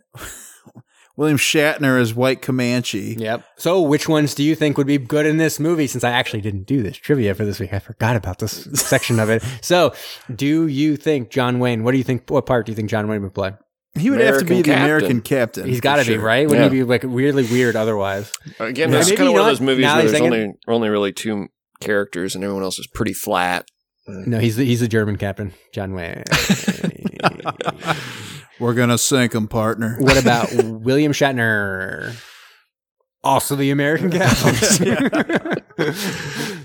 [SPEAKER 1] William Shatner as White Comanche.
[SPEAKER 3] Yep. So, which ones do you think would be good in this movie? Since I actually didn't do this trivia for this week, I forgot about this section of it. So, do you think John Wayne? What do you think? What part do you think John Wayne would play?
[SPEAKER 1] He would have to
[SPEAKER 4] American
[SPEAKER 1] be the
[SPEAKER 4] captain.
[SPEAKER 1] American captain.
[SPEAKER 3] He's got to
[SPEAKER 1] for
[SPEAKER 3] be
[SPEAKER 1] sure.
[SPEAKER 3] right. Wouldn't
[SPEAKER 4] Yeah.
[SPEAKER 3] he be like weirdly weird otherwise?
[SPEAKER 4] Again,
[SPEAKER 3] Yeah.
[SPEAKER 4] that's
[SPEAKER 3] Maybe
[SPEAKER 4] kind
[SPEAKER 3] you
[SPEAKER 4] of one
[SPEAKER 3] know
[SPEAKER 4] of those
[SPEAKER 3] what?
[SPEAKER 4] movies
[SPEAKER 3] Now
[SPEAKER 4] where
[SPEAKER 3] he's
[SPEAKER 4] there's
[SPEAKER 3] thinking-
[SPEAKER 4] only only really two characters and everyone else is pretty flat.
[SPEAKER 3] No, he's the, he's the German captain, John Wayne.
[SPEAKER 1] We're gonna sink him, partner.
[SPEAKER 3] what about William Shatner? Also, the American captain.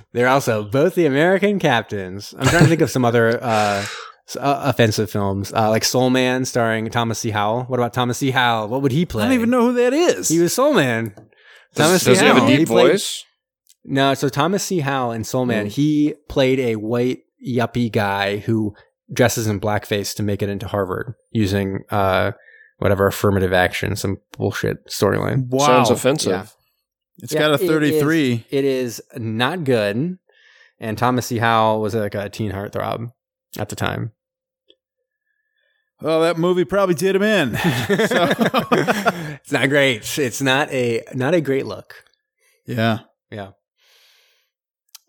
[SPEAKER 3] They're also both the American captains. I'm trying to think of some other uh, s- uh, offensive films, uh, like Soul Man, starring Thomas C. Howell. What about Thomas C. Howell? What would he play?
[SPEAKER 1] I don't even know who that is.
[SPEAKER 3] He was Soul Man.
[SPEAKER 4] Does,
[SPEAKER 3] Thomas
[SPEAKER 4] does he have a
[SPEAKER 3] Howell.
[SPEAKER 4] deep
[SPEAKER 3] played-
[SPEAKER 4] voice?
[SPEAKER 3] no, so Thomas C. Howell in Soul Man,
[SPEAKER 1] Hmm.
[SPEAKER 4] Mm.
[SPEAKER 3] he played a white yuppie guy who dresses in blackface to make it into Harvard using uh, whatever affirmative action, some bullshit storyline.
[SPEAKER 1] wow.
[SPEAKER 4] Sounds offensive.
[SPEAKER 3] Yeah.
[SPEAKER 1] It's
[SPEAKER 3] Yeah,
[SPEAKER 1] got a
[SPEAKER 3] it is.
[SPEAKER 1] 33.
[SPEAKER 3] It is not good. And Thomas C. Howell was like a teen heartthrob at the time.
[SPEAKER 1] Oh, that movie probably did him in.
[SPEAKER 3] it's not great. It's not a not a great look.
[SPEAKER 1] Yeah.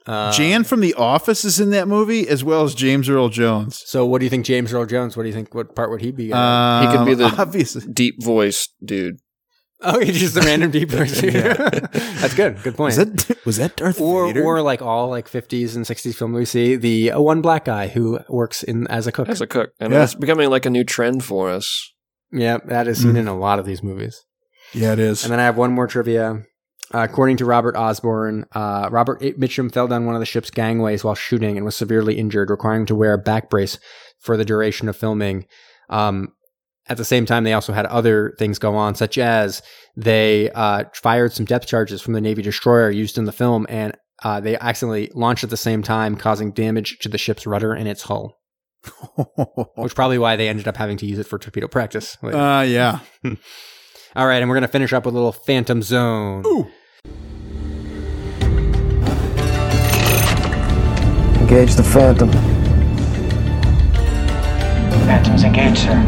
[SPEAKER 3] Uh,
[SPEAKER 1] Jan from The Office is in that movie, as well as James Earl Jones.
[SPEAKER 3] So, what do you think, James Earl Jones? What do you think? What part would he be? Uh, in?
[SPEAKER 1] Um,
[SPEAKER 4] could be the-
[SPEAKER 1] obviously.
[SPEAKER 4] Deep voice, dude.
[SPEAKER 3] oh, he's just a random deep person. That's good. Good
[SPEAKER 1] Was
[SPEAKER 3] point.
[SPEAKER 1] that was that Darth
[SPEAKER 3] or,
[SPEAKER 1] Vader?
[SPEAKER 3] or like all like 50s and 60s film we see the uh, one black guy who works in as a cook.
[SPEAKER 4] As a cook, and
[SPEAKER 1] Yeah.
[SPEAKER 4] it's becoming like a new trend for us.
[SPEAKER 3] yeah, that
[SPEAKER 1] Mm.
[SPEAKER 3] is seen in a lot of these movies.
[SPEAKER 1] yeah, it is.
[SPEAKER 3] And then I have one more trivia. Uh, according to Robert Osborne, uh, Robert Mitchum fell down one of the ship's gangways while shooting and was severely injured, requiring him to wear a back brace for the duration of filming. Um, at the same time, they also had other things go on, such as they uh, fired some depth charges from the Navy destroyer used in the film, and uh, they accidentally launched at the same time, causing damage to the ship's rudder and its hull, which is probably why they ended up having to use it for torpedo practice. later.
[SPEAKER 1] uh, yeah.
[SPEAKER 3] All right, and we're gonna finish up with a little Phantom Zone.
[SPEAKER 2] Engage the Phantom.
[SPEAKER 5] Phantoms engaged, sir.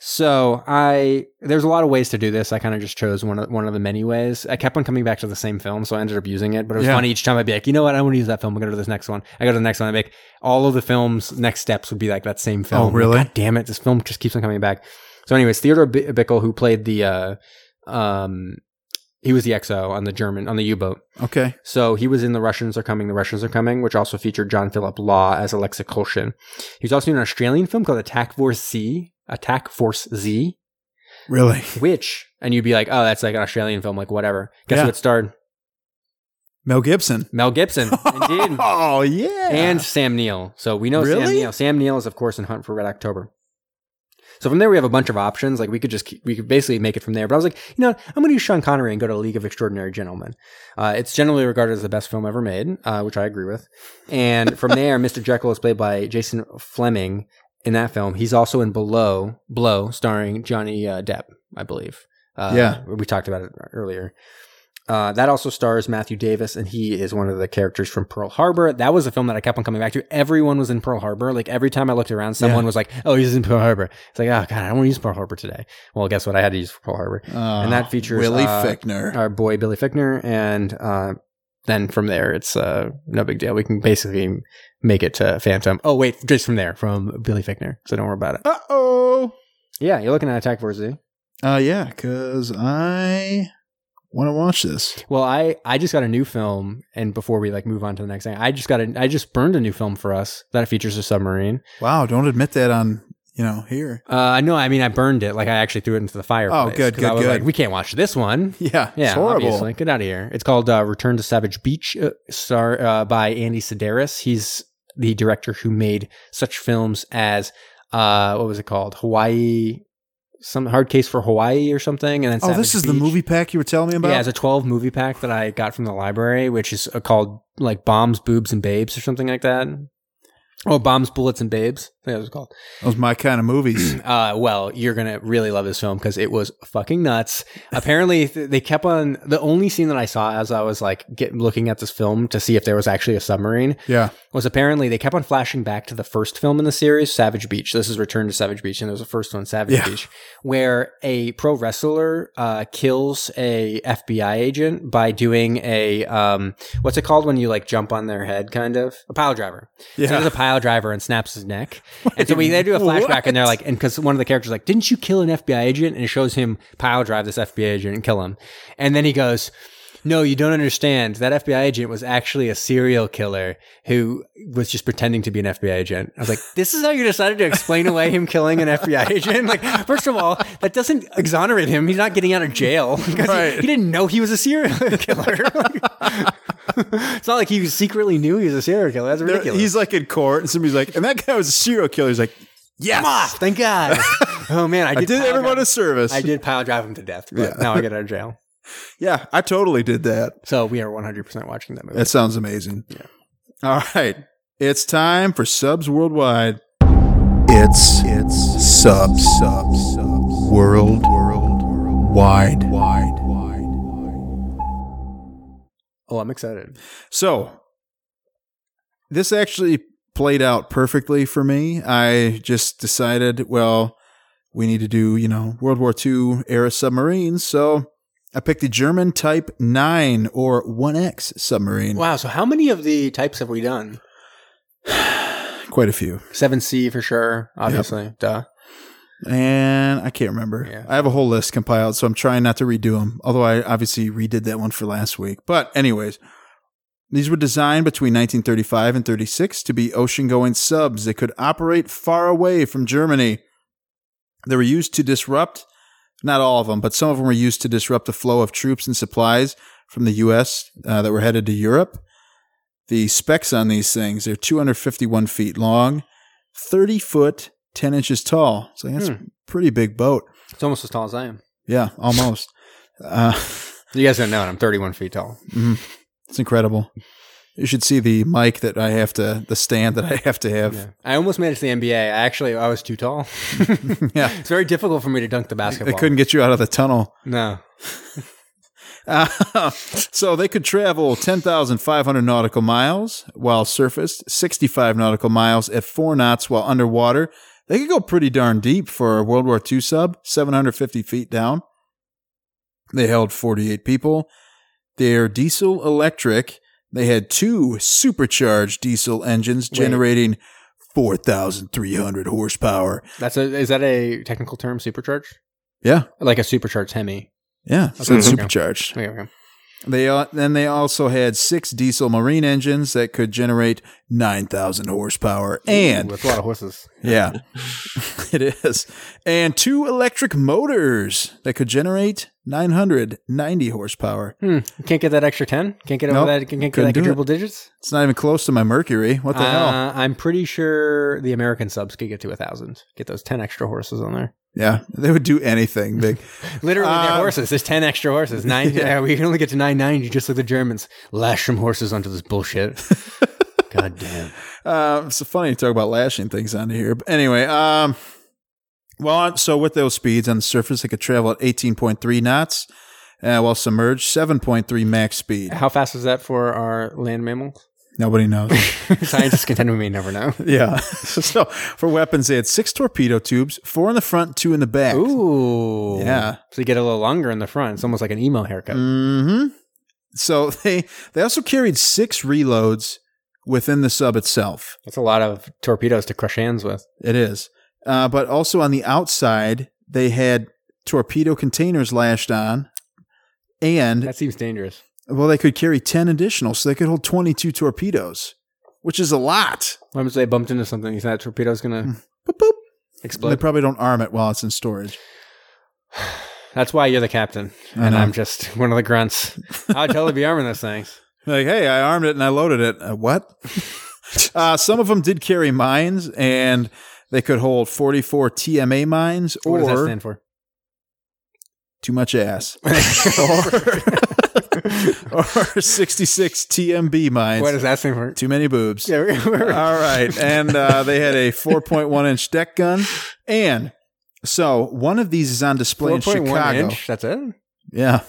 [SPEAKER 3] So I there's a lot of ways to do this. I kind of just chose one of one of the many ways. I kept on coming back to the same film, so I ended up using it. But it was
[SPEAKER 1] Yeah.
[SPEAKER 3] funny each time I'd be like, you know what, I want to use that film. I'm gonna do this next one. I go to the next one. I make all of the films next steps would be like that same film.
[SPEAKER 1] Oh, really?
[SPEAKER 3] God damn it! This film just keeps on coming back. So, anyways, Theodore B- Bickel, who played the, uh, um, he was the XO on the German on the U boat.
[SPEAKER 1] Okay.
[SPEAKER 3] So he was in The Russians Are Coming, The Russians Are Coming, which also featured John Philip Law as Alexa Colshin. He was also in an Australian film called Attack Force Z, Attack Force Z,
[SPEAKER 1] Really?
[SPEAKER 3] which, and you'd be like, oh, that's like an Australian film, like whatever. Guess
[SPEAKER 1] Yeah.
[SPEAKER 3] who it starred?
[SPEAKER 1] Mel Gibson.
[SPEAKER 3] Mel Gibson, indeed.
[SPEAKER 1] Oh yeah.
[SPEAKER 3] And Sam Neill. So we know Sam
[SPEAKER 1] Really?
[SPEAKER 3] Neill. Sam Neill is, of course, in Hunt for Red October. So from there, we have a bunch of options. Like we could just keep, we could basically make it from there. But I was like, you know, what? I'm going to use Sean Connery and go to League of Extraordinary Gentlemen. Uh, it's generally regarded as the best film ever made, uh, which I agree with. And from there, Mr. Jekyll is played by Jason Fleming in that film. He's also in Below Blow, starring Johnny uh, Depp, I believe. Uh,
[SPEAKER 1] Yeah.
[SPEAKER 3] we talked about it earlier. Uh, that also stars Matthew Davis, and he is one of the characters from Pearl Harbor. That was a film that I kept on coming back to. Everyone was in Pearl Harbor. Like every time I looked around, someone was like, "Oh, he's in Pearl Harbor." It's like, "Oh God, I don't want to use Pearl Harbor today." Well, guess what? I had to use Pearl Harbor.
[SPEAKER 1] Oh,
[SPEAKER 3] and that features,
[SPEAKER 1] Willie
[SPEAKER 3] uh,
[SPEAKER 1] Fickner.
[SPEAKER 3] Our boy Billy Fickner, and uh, then from there, it's uh, no big deal. We can basically make it to Phantom. Oh wait, just from there, from Billy Fickner. So don't worry about it.
[SPEAKER 1] Uh oh.
[SPEAKER 3] Yeah, you're looking at Attack Force Z.
[SPEAKER 1] Uh yeah, because I want to watch this.
[SPEAKER 3] Well, I I just got a new film, and before we like move on to the next thing, I just got a I just burned a new film for us that features a submarine.
[SPEAKER 1] Wow. Don't admit that on you know here.
[SPEAKER 3] Uh, no, I mean I burned it. Like I actually threw it into the fireplace.
[SPEAKER 1] Oh, good,
[SPEAKER 3] 'cause I
[SPEAKER 1] good,
[SPEAKER 3] was
[SPEAKER 1] good.
[SPEAKER 3] Like we can't watch this one.
[SPEAKER 1] Yeah.
[SPEAKER 3] Yeah,
[SPEAKER 1] It's horrible.
[SPEAKER 3] obviously. Get out of here. It's called uh, Return to Savage Beach, uh, star uh, by Andy Sedaris. He's the director who made such films as uh, what was it called? Hawaii, some hard case for Hawaii or something. And then
[SPEAKER 1] Oh,
[SPEAKER 3] Savage
[SPEAKER 1] this is the
[SPEAKER 3] Beach.
[SPEAKER 1] movie pack you were telling me about.
[SPEAKER 3] Yeah, it's a 12 movie pack that I got from the library, which is uh, called like Bombs, Boobs, and Babes or something like that. Oh, Bombs, Bullets, and Babes. I think that was called.
[SPEAKER 1] Those my kind of movies.
[SPEAKER 3] Uh, well, you're gonna really love this film because it was fucking nuts. Apparently, th- they kept on the only scene that I saw as I was like get, looking at this film to see if there was actually a submarine
[SPEAKER 1] yeah.
[SPEAKER 3] was apparently they kept on flashing back to the first film in the series, Savage Beach. This is Return to Savage Beach, and there's a first one, Savage
[SPEAKER 1] Yeah.
[SPEAKER 3] Beach, where a pro wrestler uh, kills a FBI agent by doing a um, what's it called when you like jump on their head, kind of a pile driver. So he
[SPEAKER 1] Yeah.
[SPEAKER 3] does a pile driver and snaps his neck, and so we they do a flashback, and they're like, and because one of the characters is like, didn't you kill an FBI agent? And it shows him pile drive this FBI agent and kill him, and then he goes. No, you don't understand. That FBI agent was actually a serial killer who was just pretending to be an FBI agent. I was like, this is how you decided to explain away him killing an FBI agent? Like, first of all, that doesn't exonerate him. He's not getting out of jail because he-
[SPEAKER 1] Right.
[SPEAKER 3] he, didn't know he was a serial killer. it's not like he secretly knew he was a serial killer. That's
[SPEAKER 1] They're-
[SPEAKER 3] ridiculous.
[SPEAKER 1] He's like in court, and somebody's like, and that guy was a serial killer. He's like, yes,
[SPEAKER 3] Thank God. oh, man. I
[SPEAKER 1] I
[SPEAKER 3] did,
[SPEAKER 1] did
[SPEAKER 3] pile
[SPEAKER 1] everyone a
[SPEAKER 3] drive-
[SPEAKER 1] service.
[SPEAKER 3] I did pile drive him to death, but now I get out of jail.
[SPEAKER 1] Yeah, I totally did that.
[SPEAKER 3] So we are 100% watching that movie.
[SPEAKER 1] That sounds amazing. Yeah. All right. It's time for subs worldwide. It's it's subs subs subs world world wide wide wide.
[SPEAKER 3] Oh, I'm excited.
[SPEAKER 1] So this actually played out perfectly for me. I just decided, well, we need to do, you know, World War II era submarines, so I picked the German Type 9 or 1X submarine.
[SPEAKER 3] Wow. So how many of the types have we done?
[SPEAKER 1] Quite a few.
[SPEAKER 3] Seven C for sure, obviously. Duh.
[SPEAKER 1] And I can't remember.
[SPEAKER 3] Yeah.
[SPEAKER 1] I have a whole list compiled, so I'm trying not to redo them. Although I obviously redid that one for last week. But, anyways, these were designed between 1935 and 36 to be ocean going subs that could operate far away from Germany. They were used to disrupt, not all of them, but some of them were used to disrupt the flow of troops and supplies from the U.S. Uh, that were headed to Europe. The specs on these things are 251 feet long, 30 foot, 10 inches tall. So that's a pretty big boat.
[SPEAKER 3] It's almost as tall as I am.
[SPEAKER 1] Yeah, almost. uh,
[SPEAKER 3] You guys don't know it. I'm 31 feet tall.
[SPEAKER 1] it's incredible. You should see the mic that I have to, the stand that I have to have.
[SPEAKER 3] Yeah. I almost made it to the NBA. I actually, I was too tall.
[SPEAKER 1] Yeah.
[SPEAKER 3] It's very difficult for me to dunk the
[SPEAKER 1] They
[SPEAKER 3] basketball.
[SPEAKER 1] couldn't get you out of the tunnel.
[SPEAKER 3] No.
[SPEAKER 1] Uh, so they could travel 10,500 nautical miles while surfaced, 65 nautical miles at four knots while underwater. They could go pretty darn deep for a World War II sub, 750 feet down. They held 48 people. They're diesel electric. They had two supercharged diesel engines generating 4,300 horsepower.
[SPEAKER 3] That's a, is that a technical term, supercharge?
[SPEAKER 1] Yeah.
[SPEAKER 3] Like a supercharged Hemi.
[SPEAKER 1] Yeah. So it's
[SPEAKER 3] Okay.
[SPEAKER 1] supercharged.
[SPEAKER 3] Okay, okay.
[SPEAKER 1] They uh, then they also had six diesel marine engines that could generate nine thousand horsepower,
[SPEAKER 3] Ooh,
[SPEAKER 1] and
[SPEAKER 3] that's a lot of horses.
[SPEAKER 1] yeah, it is, and two electric motors that could generate nine hundred ninety horsepower.
[SPEAKER 3] Hmm. Can't get that extra 10? Can't get
[SPEAKER 1] Nope.
[SPEAKER 3] over that? Can't get
[SPEAKER 1] Couldn't
[SPEAKER 3] that
[SPEAKER 1] do it.
[SPEAKER 3] quadruple digits?
[SPEAKER 1] It's not even close to my Mercury. What the hell?
[SPEAKER 3] Uh, I'm pretty sure the American subs could get to a thousand. Get those ten extra horses on there.
[SPEAKER 1] Yeah, they would do anything big.
[SPEAKER 3] Literally, they're
[SPEAKER 1] Uh,
[SPEAKER 3] horses. There's ten extra horses. Nine. yeah. we can only get to nine ninety, just like the Germans. Lash some horses onto this bullshit. God damn.
[SPEAKER 1] Uh, it's funny to talk about lashing things onto here. But anyway, um, well, uh, so with those speeds on the surface, it could travel at 18.3 knots uh, while submerged, 7.3 max speed.
[SPEAKER 3] How fast is that for our land mammals?
[SPEAKER 1] Nobody knows.
[SPEAKER 3] Scientists contend with me. Never know.
[SPEAKER 1] Yeah. so for weapons, they had six torpedo tubes, four in the front, two in the back.
[SPEAKER 3] Ooh.
[SPEAKER 1] Yeah.
[SPEAKER 3] So you get a little longer in the front. It's almost like an emo haircut.
[SPEAKER 1] Mm-hmm. So they they also carried six reloads within the sub itself.
[SPEAKER 3] That's a lot of torpedoes to crush hands with.
[SPEAKER 1] It is. Uh, but also on the outside, they had torpedo containers lashed on. And
[SPEAKER 3] That seems dangerous.
[SPEAKER 1] well, they could carry ten additional, so they could hold twenty two torpedoes, which is a lot.
[SPEAKER 3] What happens if they bumped into something? You think that torpedo's gonna
[SPEAKER 1] Mm. Boop, boop.
[SPEAKER 3] explode?
[SPEAKER 1] they probably don't arm it while it's in storage.
[SPEAKER 3] That's why you're the captain,
[SPEAKER 1] I
[SPEAKER 3] and
[SPEAKER 1] know.
[SPEAKER 3] I'm just one of the grunts. I'd totally be arming those things.
[SPEAKER 1] Like, hey, I armed it and I loaded it. Uh, what? uh, some of them did carry mines, and they could hold 44 TMA mines
[SPEAKER 3] What does that
[SPEAKER 1] or
[SPEAKER 3] stand for?
[SPEAKER 1] too much ass, or 66 TMB mines.
[SPEAKER 3] What does that stand for?
[SPEAKER 1] too many boobs.
[SPEAKER 3] Yeah, we're- we're-
[SPEAKER 1] All right. And uh, they had a 4.1 inch deck gun. And so one of these is on display in
[SPEAKER 3] 4.1
[SPEAKER 1] Chicago.
[SPEAKER 3] inch. That's it.
[SPEAKER 1] Yeah.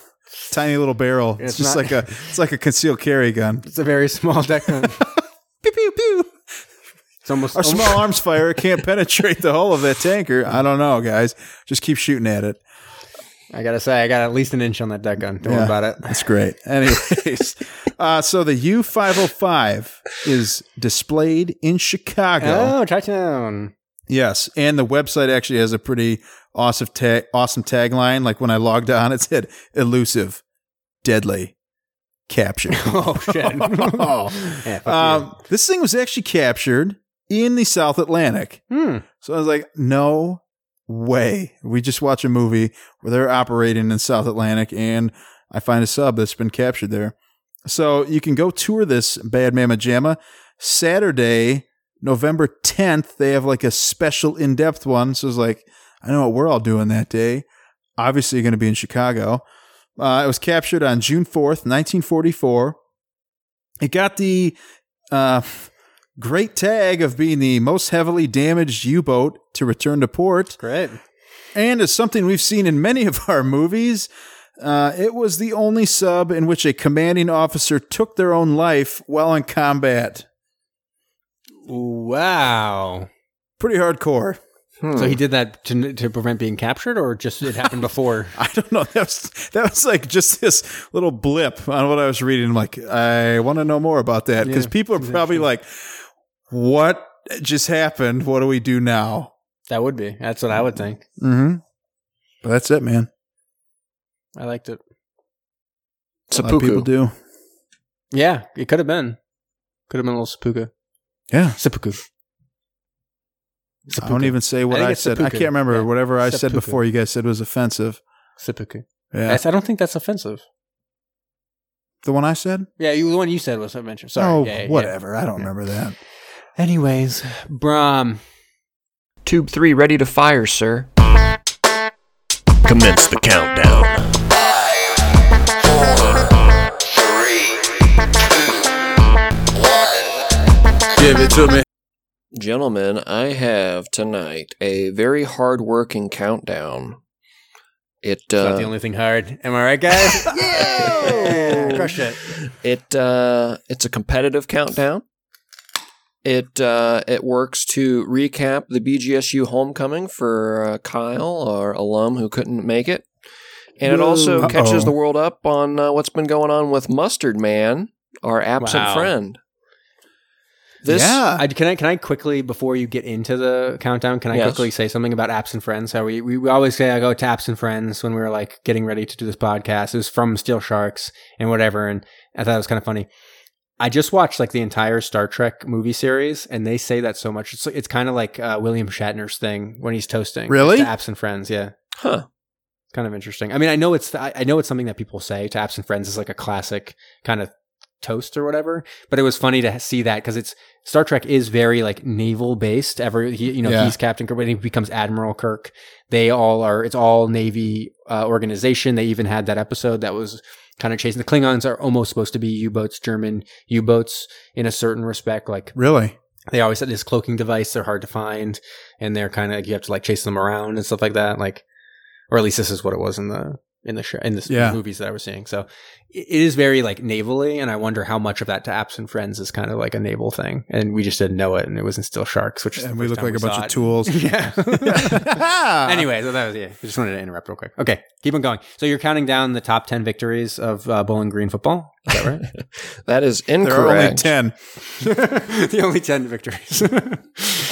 [SPEAKER 1] Tiny little barrel. It's,
[SPEAKER 3] It's
[SPEAKER 1] just
[SPEAKER 3] not-
[SPEAKER 1] like a it's like a concealed carry gun.
[SPEAKER 3] It's a very small deck gun.
[SPEAKER 1] Pew pew pew.
[SPEAKER 3] It's almost
[SPEAKER 1] Our small arms fire can't penetrate the hull of that tanker. I don't know, guys. Just keep shooting at it.
[SPEAKER 3] I gotta say, I got at least an inch on that deck gun. Don't
[SPEAKER 1] Yeah.
[SPEAKER 3] worry about it.
[SPEAKER 1] That's great. Anyways, uh, so the U five hundred five is displayed in Chicago.
[SPEAKER 3] Oh, Chi Town.
[SPEAKER 1] Yes, and the website actually has a pretty awesome tag, awesome tagline. Like when I logged on, it said "elusive, deadly, captured."
[SPEAKER 3] Oh shit. yeah, fuck you.
[SPEAKER 1] um, this thing was actually captured in the South Atlantic.
[SPEAKER 3] Hmm.
[SPEAKER 1] So I was like, no way. We just watch a movie where they're operating in South Atlantic and I find a sub that's been captured there. So you can go tour this Bad Mama Jamma Saturday, November 10th. They have like a special in depth one. So it's like, I know what we're all doing that day. Obviously, you're going to be in Chicago. Uh, it was captured on June 4th, 1944. It got the uh, great tag of being the most heavily damaged U boat to return to port.
[SPEAKER 3] Great.
[SPEAKER 1] And as something we've seen in many of our movies, uh, it was the only sub in which a commanding officer took their own life while in combat.
[SPEAKER 3] Wow.
[SPEAKER 1] Pretty hardcore.
[SPEAKER 3] So he did that to, to prevent being captured, or just it happened before?
[SPEAKER 1] I don't know. That was, that was like just this little blip on what I was reading. I'm like, I want to know more about that because people are probably like, what just happened? What do we do now?
[SPEAKER 3] that would be. That's what I would think.
[SPEAKER 1] Mm-hmm. But that's it, man.
[SPEAKER 3] I liked it.
[SPEAKER 1] A lot of people
[SPEAKER 4] Seppuku.
[SPEAKER 1] do.
[SPEAKER 3] Yeah, it could have been. Could have been a little seppuku.
[SPEAKER 1] Yeah.
[SPEAKER 3] Seppuku.
[SPEAKER 1] I don't even say what I,
[SPEAKER 3] I think it's
[SPEAKER 1] said. I
[SPEAKER 3] seppuku.
[SPEAKER 1] can't remember.
[SPEAKER 3] Yeah.
[SPEAKER 1] Whatever I said
[SPEAKER 3] Seppuku.
[SPEAKER 1] before, you guys said was offensive.
[SPEAKER 3] Seppuku.
[SPEAKER 1] Yeah.
[SPEAKER 3] That's- I don't think that's offensive.
[SPEAKER 1] the one I said?
[SPEAKER 3] Yeah, you, the one you said was offensive. Sorry.
[SPEAKER 1] oh,
[SPEAKER 3] Yeah, yeah, yeah.
[SPEAKER 1] whatever. I don't remember that.
[SPEAKER 3] Anyways, Brom.
[SPEAKER 4] Tube three ready to fire, sir.
[SPEAKER 6] Commence the countdown. Give it to me.
[SPEAKER 4] Gentlemen, I have tonight a very hard-working countdown. It
[SPEAKER 3] It's
[SPEAKER 4] uh,
[SPEAKER 3] not the only thing hard. Am I right, guys? yeah! Crush it.
[SPEAKER 4] It uh, it's a competitive countdown. It uh, it works to recap the BGSU homecoming for uh, Kyle, our alum who couldn't make it, and it also
[SPEAKER 1] Woo. Uh-oh.
[SPEAKER 4] catches the world up on uh, what's been going on with Mustard Man, our absent
[SPEAKER 3] Wow.
[SPEAKER 4] friend. This
[SPEAKER 1] yeah.
[SPEAKER 3] I, can I can I quickly before you get into the countdown? Can I
[SPEAKER 4] Yes.
[SPEAKER 3] quickly say something about apps and friends? How we, we, we always say I go to apps and friends when we were like getting ready to do this podcast. It was from Steel Sharks and whatever, and I thought it was kind of funny. I just watched like the entire Star Trek movie series, and they say that so much. It's it's kind of like uh, William Shatner's thing when he's toasting.
[SPEAKER 1] Really?
[SPEAKER 3] It's to apps and friends, yeah.
[SPEAKER 4] Huh.
[SPEAKER 3] Kind of interesting. I mean, I know it's I I know it's something that people say to apps and friends is like a classic kind of toast or whatever. But it was funny to see that because it's Star Trek is very like naval based. Ever he, you know
[SPEAKER 1] Yeah.
[SPEAKER 3] he's Captain Kirk, but he becomes Admiral Kirk. They all are. It's all Navy uh, organization. They even had that episode that was kind of chasing the Klingons are almost supposed to be U boats, German U boats in a certain respect. Like
[SPEAKER 1] really?
[SPEAKER 3] they always had this cloaking device. They're hard to find, and they're kind of you have to like chase them around and stuff like that. Like, or at least this is what it was in the in the show in the
[SPEAKER 1] Yeah.
[SPEAKER 3] movies that I was seeing. So it it is very like navally, and I wonder how much of that to apps and friends is kind of like a naval thing, and we just didn't know it, and it was in Still Sharks, which is the
[SPEAKER 1] And we
[SPEAKER 3] first
[SPEAKER 1] look
[SPEAKER 3] time
[SPEAKER 1] like a bunch
[SPEAKER 3] saw
[SPEAKER 1] of
[SPEAKER 3] it.
[SPEAKER 1] tools.
[SPEAKER 3] Yeah. Uh, Anyway, so that was yeah. I just wanted to interrupt real quick. Okay, keep on going. So you're counting down the top ten victories of uh, Bowling Green football. Is that right?
[SPEAKER 4] that is
[SPEAKER 1] there are only
[SPEAKER 4] incorrect.
[SPEAKER 1] 10.
[SPEAKER 3] the only ten victories.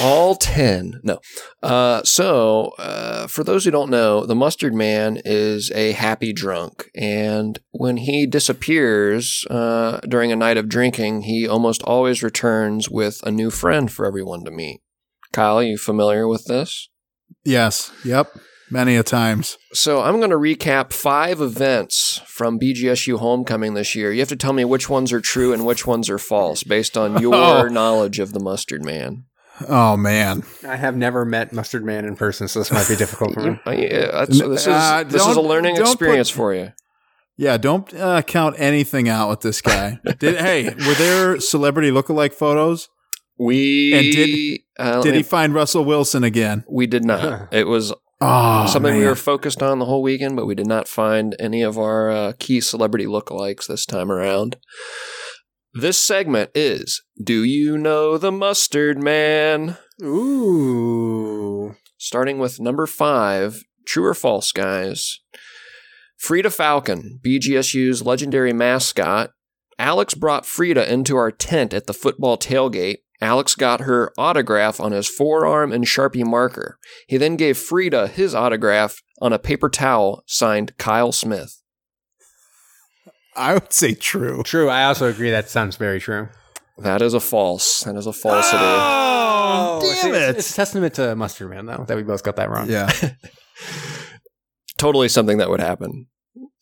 [SPEAKER 4] All ten. No. Uh, so, uh, for those who don't know, the mustard man is a happy drunk, and when he disappears uh, during a night of drinking, he almost always returns with a new friend for everyone to meet. Kyle, you familiar with this?
[SPEAKER 1] Yes. Yep. Many a times.
[SPEAKER 4] So, I'm going to recap five events from BGSU homecoming this year. You have to tell me which ones are true and which ones are false based on your
[SPEAKER 1] Oh.
[SPEAKER 4] knowledge of the mustard man.
[SPEAKER 1] Oh, man.
[SPEAKER 3] I have never met Mustard Man in person, so this might be difficult for me.
[SPEAKER 4] You- uh, yeah, that's- this is
[SPEAKER 1] Uh,
[SPEAKER 4] this is a
[SPEAKER 1] don't-
[SPEAKER 4] learning
[SPEAKER 1] don't put-
[SPEAKER 4] experience for you.
[SPEAKER 1] Yeah, don't uh, count anything out with this guy. Did hey, were there celebrity lookalike photos?
[SPEAKER 4] We
[SPEAKER 1] And did-
[SPEAKER 4] uh,
[SPEAKER 1] Did he find Russell Wilson again?
[SPEAKER 4] We did not. It was
[SPEAKER 1] Oh,
[SPEAKER 4] something we
[SPEAKER 1] man.
[SPEAKER 4] were focused on the whole weekend, but we did not find any of our uh, key celebrity lookalikes this time around. This segment is "Do you know the Mustard Man?"
[SPEAKER 3] Ooh.
[SPEAKER 4] starting with number five true or false, guys. Frida Falcon, BGSU's legendary mascot. Alex brought Frida into our tent at the football tailgate. Alex got her autograph on his forearm and Sharpie marker. He then gave Frida his autograph on a paper towel signed Kyle Smith.
[SPEAKER 1] I would say true.
[SPEAKER 3] True. I also agree that sounds very true.
[SPEAKER 4] That is a false. That is a falsity.
[SPEAKER 3] Oh,
[SPEAKER 1] damn
[SPEAKER 3] it's,
[SPEAKER 1] it.
[SPEAKER 3] It's a testament to Mustard Man, though, that we both got that wrong.
[SPEAKER 1] Yeah.
[SPEAKER 4] totally something that would happen.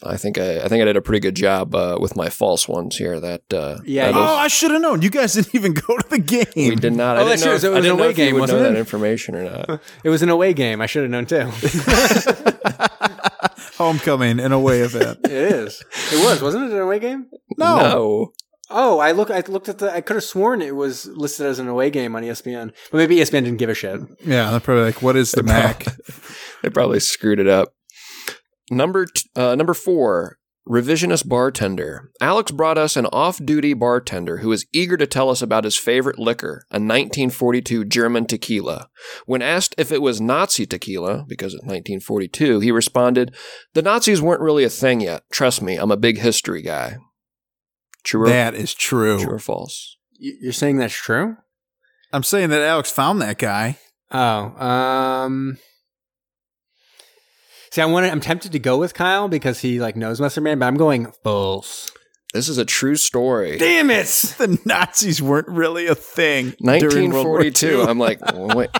[SPEAKER 4] I think I, I think I did a pretty good job uh, with my false ones here. That uh,
[SPEAKER 3] Yeah,
[SPEAKER 4] that
[SPEAKER 3] you-
[SPEAKER 4] is-
[SPEAKER 1] Oh, I should have known. You guys didn't even go to the game.
[SPEAKER 4] We did not.
[SPEAKER 3] Oh,
[SPEAKER 4] I didn't
[SPEAKER 3] that's
[SPEAKER 4] know,
[SPEAKER 3] true.
[SPEAKER 4] if-
[SPEAKER 3] So it
[SPEAKER 4] I
[SPEAKER 3] was
[SPEAKER 4] didn't
[SPEAKER 3] an
[SPEAKER 4] know
[SPEAKER 3] away
[SPEAKER 4] if you
[SPEAKER 3] game,
[SPEAKER 4] would
[SPEAKER 3] wasn't
[SPEAKER 4] know
[SPEAKER 3] it?
[SPEAKER 4] that information or not.
[SPEAKER 3] It was an away game. I should have known, too.
[SPEAKER 1] Homecoming in a way event.
[SPEAKER 3] it is. It was, wasn't it? An away game?
[SPEAKER 1] No.
[SPEAKER 4] No.
[SPEAKER 3] Oh, I look. I looked at the. I could have sworn it was listed as an away game on E ESPN, but maybe ESPN didn't give a shit.
[SPEAKER 1] Yeah, they're probably like, what is the Mac?
[SPEAKER 4] They probably screwed it up. Number t- uh, number four. Revisionist bartender. Alex brought us an off duty bartender who is eager to tell us about his favorite liquor, a 1942 German tequila. When asked if it was Nazi tequila, because it's 1942, he responded, The Nazis weren't really a thing yet. Trust me, I'm a big history guy. True or,
[SPEAKER 1] That is true.
[SPEAKER 4] true or false?
[SPEAKER 3] Y- You're saying that's true?
[SPEAKER 1] I'm saying that Alex found that guy.
[SPEAKER 3] Oh, um, see, I want. I'm tempted to go with Kyle because he like knows Mustard Man, but I'm going false.
[SPEAKER 4] This is a true story.
[SPEAKER 3] Damn it!
[SPEAKER 1] The Nazis weren't really a thing. during World War
[SPEAKER 4] 1942. I'm like, wait.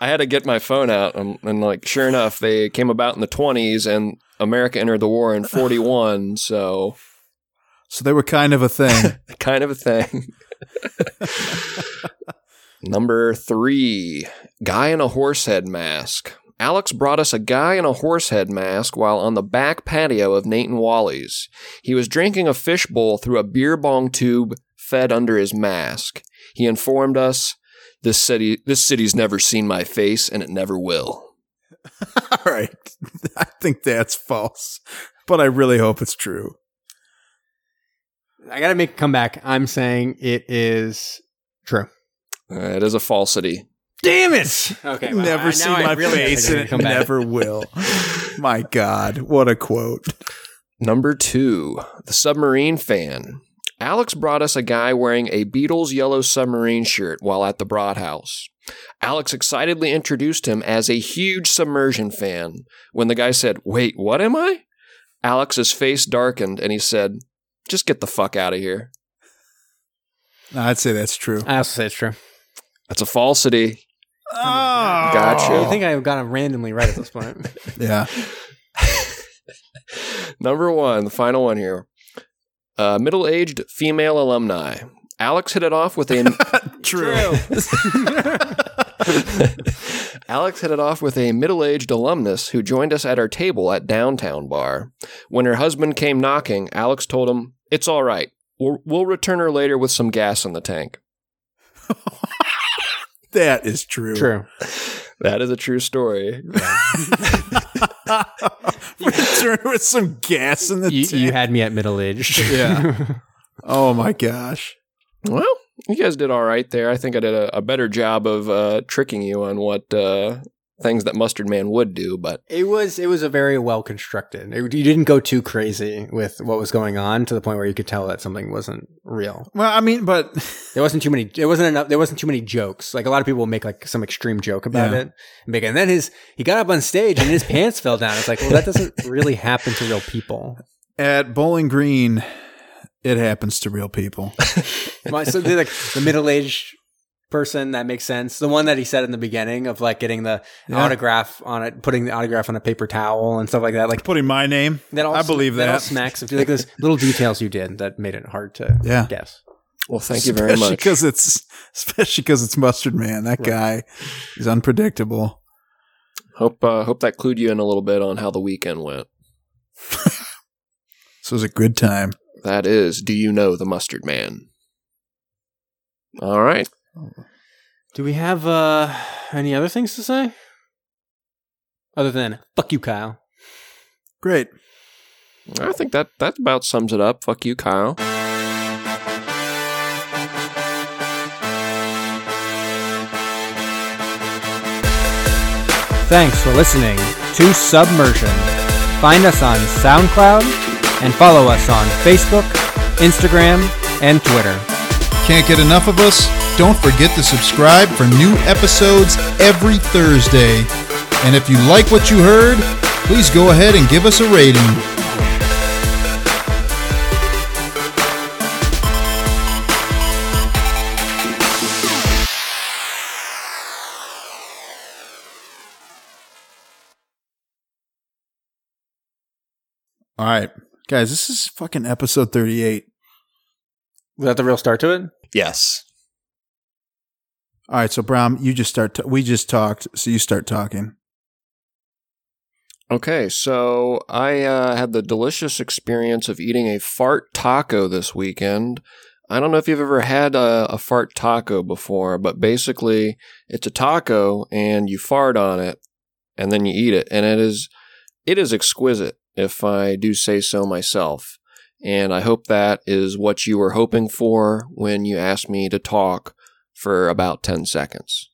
[SPEAKER 4] I had to get my phone out, and, and like, sure enough, they came about in the 20s, and America entered the war in 41. So,
[SPEAKER 1] So they were kind of a thing.
[SPEAKER 4] kind of a thing. Number three, guy in a horse head mask. Alex brought us a guy in a horse head mask while on the back patio of Nate and Wally's. He was drinking a fishbowl through a beer bong tube fed under his mask. He informed us, "This city, this city's never seen my face, and it never will."
[SPEAKER 1] All right. I think that's false, but I really hope it's true.
[SPEAKER 3] I gotta make a comeback. I'm saying it is true.
[SPEAKER 4] Uh, it is a falsity.
[SPEAKER 3] Damn it! Okay, well, I-
[SPEAKER 1] never
[SPEAKER 3] now
[SPEAKER 1] see
[SPEAKER 3] I
[SPEAKER 1] my
[SPEAKER 3] really have to
[SPEAKER 1] face and it
[SPEAKER 3] come back.
[SPEAKER 1] never will. my God, what a quote.
[SPEAKER 4] Number two, the submarine fan. Alex brought us a guy wearing a Beatles yellow submarine shirt while at the Broad House. Alex excitedly introduced him as a huge submersion fan. When the guy said, Wait, what am I? Alex's face darkened and he said, Just get the fuck out of here.
[SPEAKER 1] No, I'd say that's true.
[SPEAKER 3] I also say it's true.
[SPEAKER 4] That's a falsity.
[SPEAKER 1] Oh,
[SPEAKER 4] Gotcha.
[SPEAKER 3] I think I got it randomly right at this point.
[SPEAKER 1] Yeah.
[SPEAKER 4] Number one, the final one here. Uh, Middle aged female alumni. Alex hit it off with a.
[SPEAKER 1] True.
[SPEAKER 4] Alex hit it off with a middle aged alumnus who joined us at our table at Downtown Bar. When her husband came knocking, Alex told him, It's all right. We'll, we'll return her later with some gas in the tank.
[SPEAKER 1] That is true.
[SPEAKER 3] True.
[SPEAKER 4] That is a true story.
[SPEAKER 1] Return with some gas in the
[SPEAKER 3] You,
[SPEAKER 1] tank.
[SPEAKER 3] you had me at middle age.
[SPEAKER 1] Yeah. oh my gosh.
[SPEAKER 4] well, you guys did all right there. I think I did a, a better job of uh, tricking you on what uh, things that Mustard Man would do, but
[SPEAKER 3] It was it was a very well constructed. It, you didn't go too crazy with what was going on to the point where you could tell that something wasn't real.
[SPEAKER 1] Well, I mean, but
[SPEAKER 3] There wasn't too many. There wasn't enough. There wasn't too many jokes. Like a lot of people will make like some extreme joke about
[SPEAKER 1] Yeah.
[SPEAKER 3] it. And make- And then his he got up on stage and his pants fell down. It's like well that doesn't really happen to real people.
[SPEAKER 1] at Bowling Green, it happens to real people.
[SPEAKER 3] My- so they're like the middle aged person that makes sense. The one that he said in the beginning of like getting the
[SPEAKER 1] Yeah.
[SPEAKER 3] autograph on it, putting the autograph on a paper towel and stuff like that. Like
[SPEAKER 1] Putting my name.
[SPEAKER 3] That all
[SPEAKER 1] I believe
[SPEAKER 3] that. all
[SPEAKER 1] that.
[SPEAKER 3] smacks of like those little details you did that made it hard to
[SPEAKER 1] Yeah.
[SPEAKER 3] guess.
[SPEAKER 4] well, thank you very much.
[SPEAKER 1] Because it's especially because it's Mustard Man. That guy is unpredictable.
[SPEAKER 4] Hope, uh, hope that clued you in a little bit on how the weekend went.
[SPEAKER 1] So it was a good time.
[SPEAKER 4] That is, do you know the Mustard Man? All right.
[SPEAKER 3] Do we have uh any other things to say? Other than fuck you, Kyle.
[SPEAKER 1] Great.
[SPEAKER 4] I think that that about sums it up. Fuck you, Kyle.
[SPEAKER 7] Thanks for listening to Submersion. Find us on SoundCloud and follow us on Facebook, Instagram, and Twitter.
[SPEAKER 1] Can't get enough of us? Don't forget to subscribe for new episodes every Thursday. And if you like what you heard, please go ahead and give us a rating. All right, guys, this is fucking episode 38.
[SPEAKER 3] Was that the real start to it?
[SPEAKER 4] Yes.
[SPEAKER 1] All right, so Brom, you just start. T- we just talked, so you start talking.
[SPEAKER 4] Okay, so I uh, had the delicious experience of eating a fart taco this weekend. I don't know if you've ever had a, a fart taco before, but basically, it's a taco and you fart on it, and then you eat it, and it is it is exquisite. if I do say so myself. And I hope that is what you were hoping for when you asked me to talk for about 10 seconds.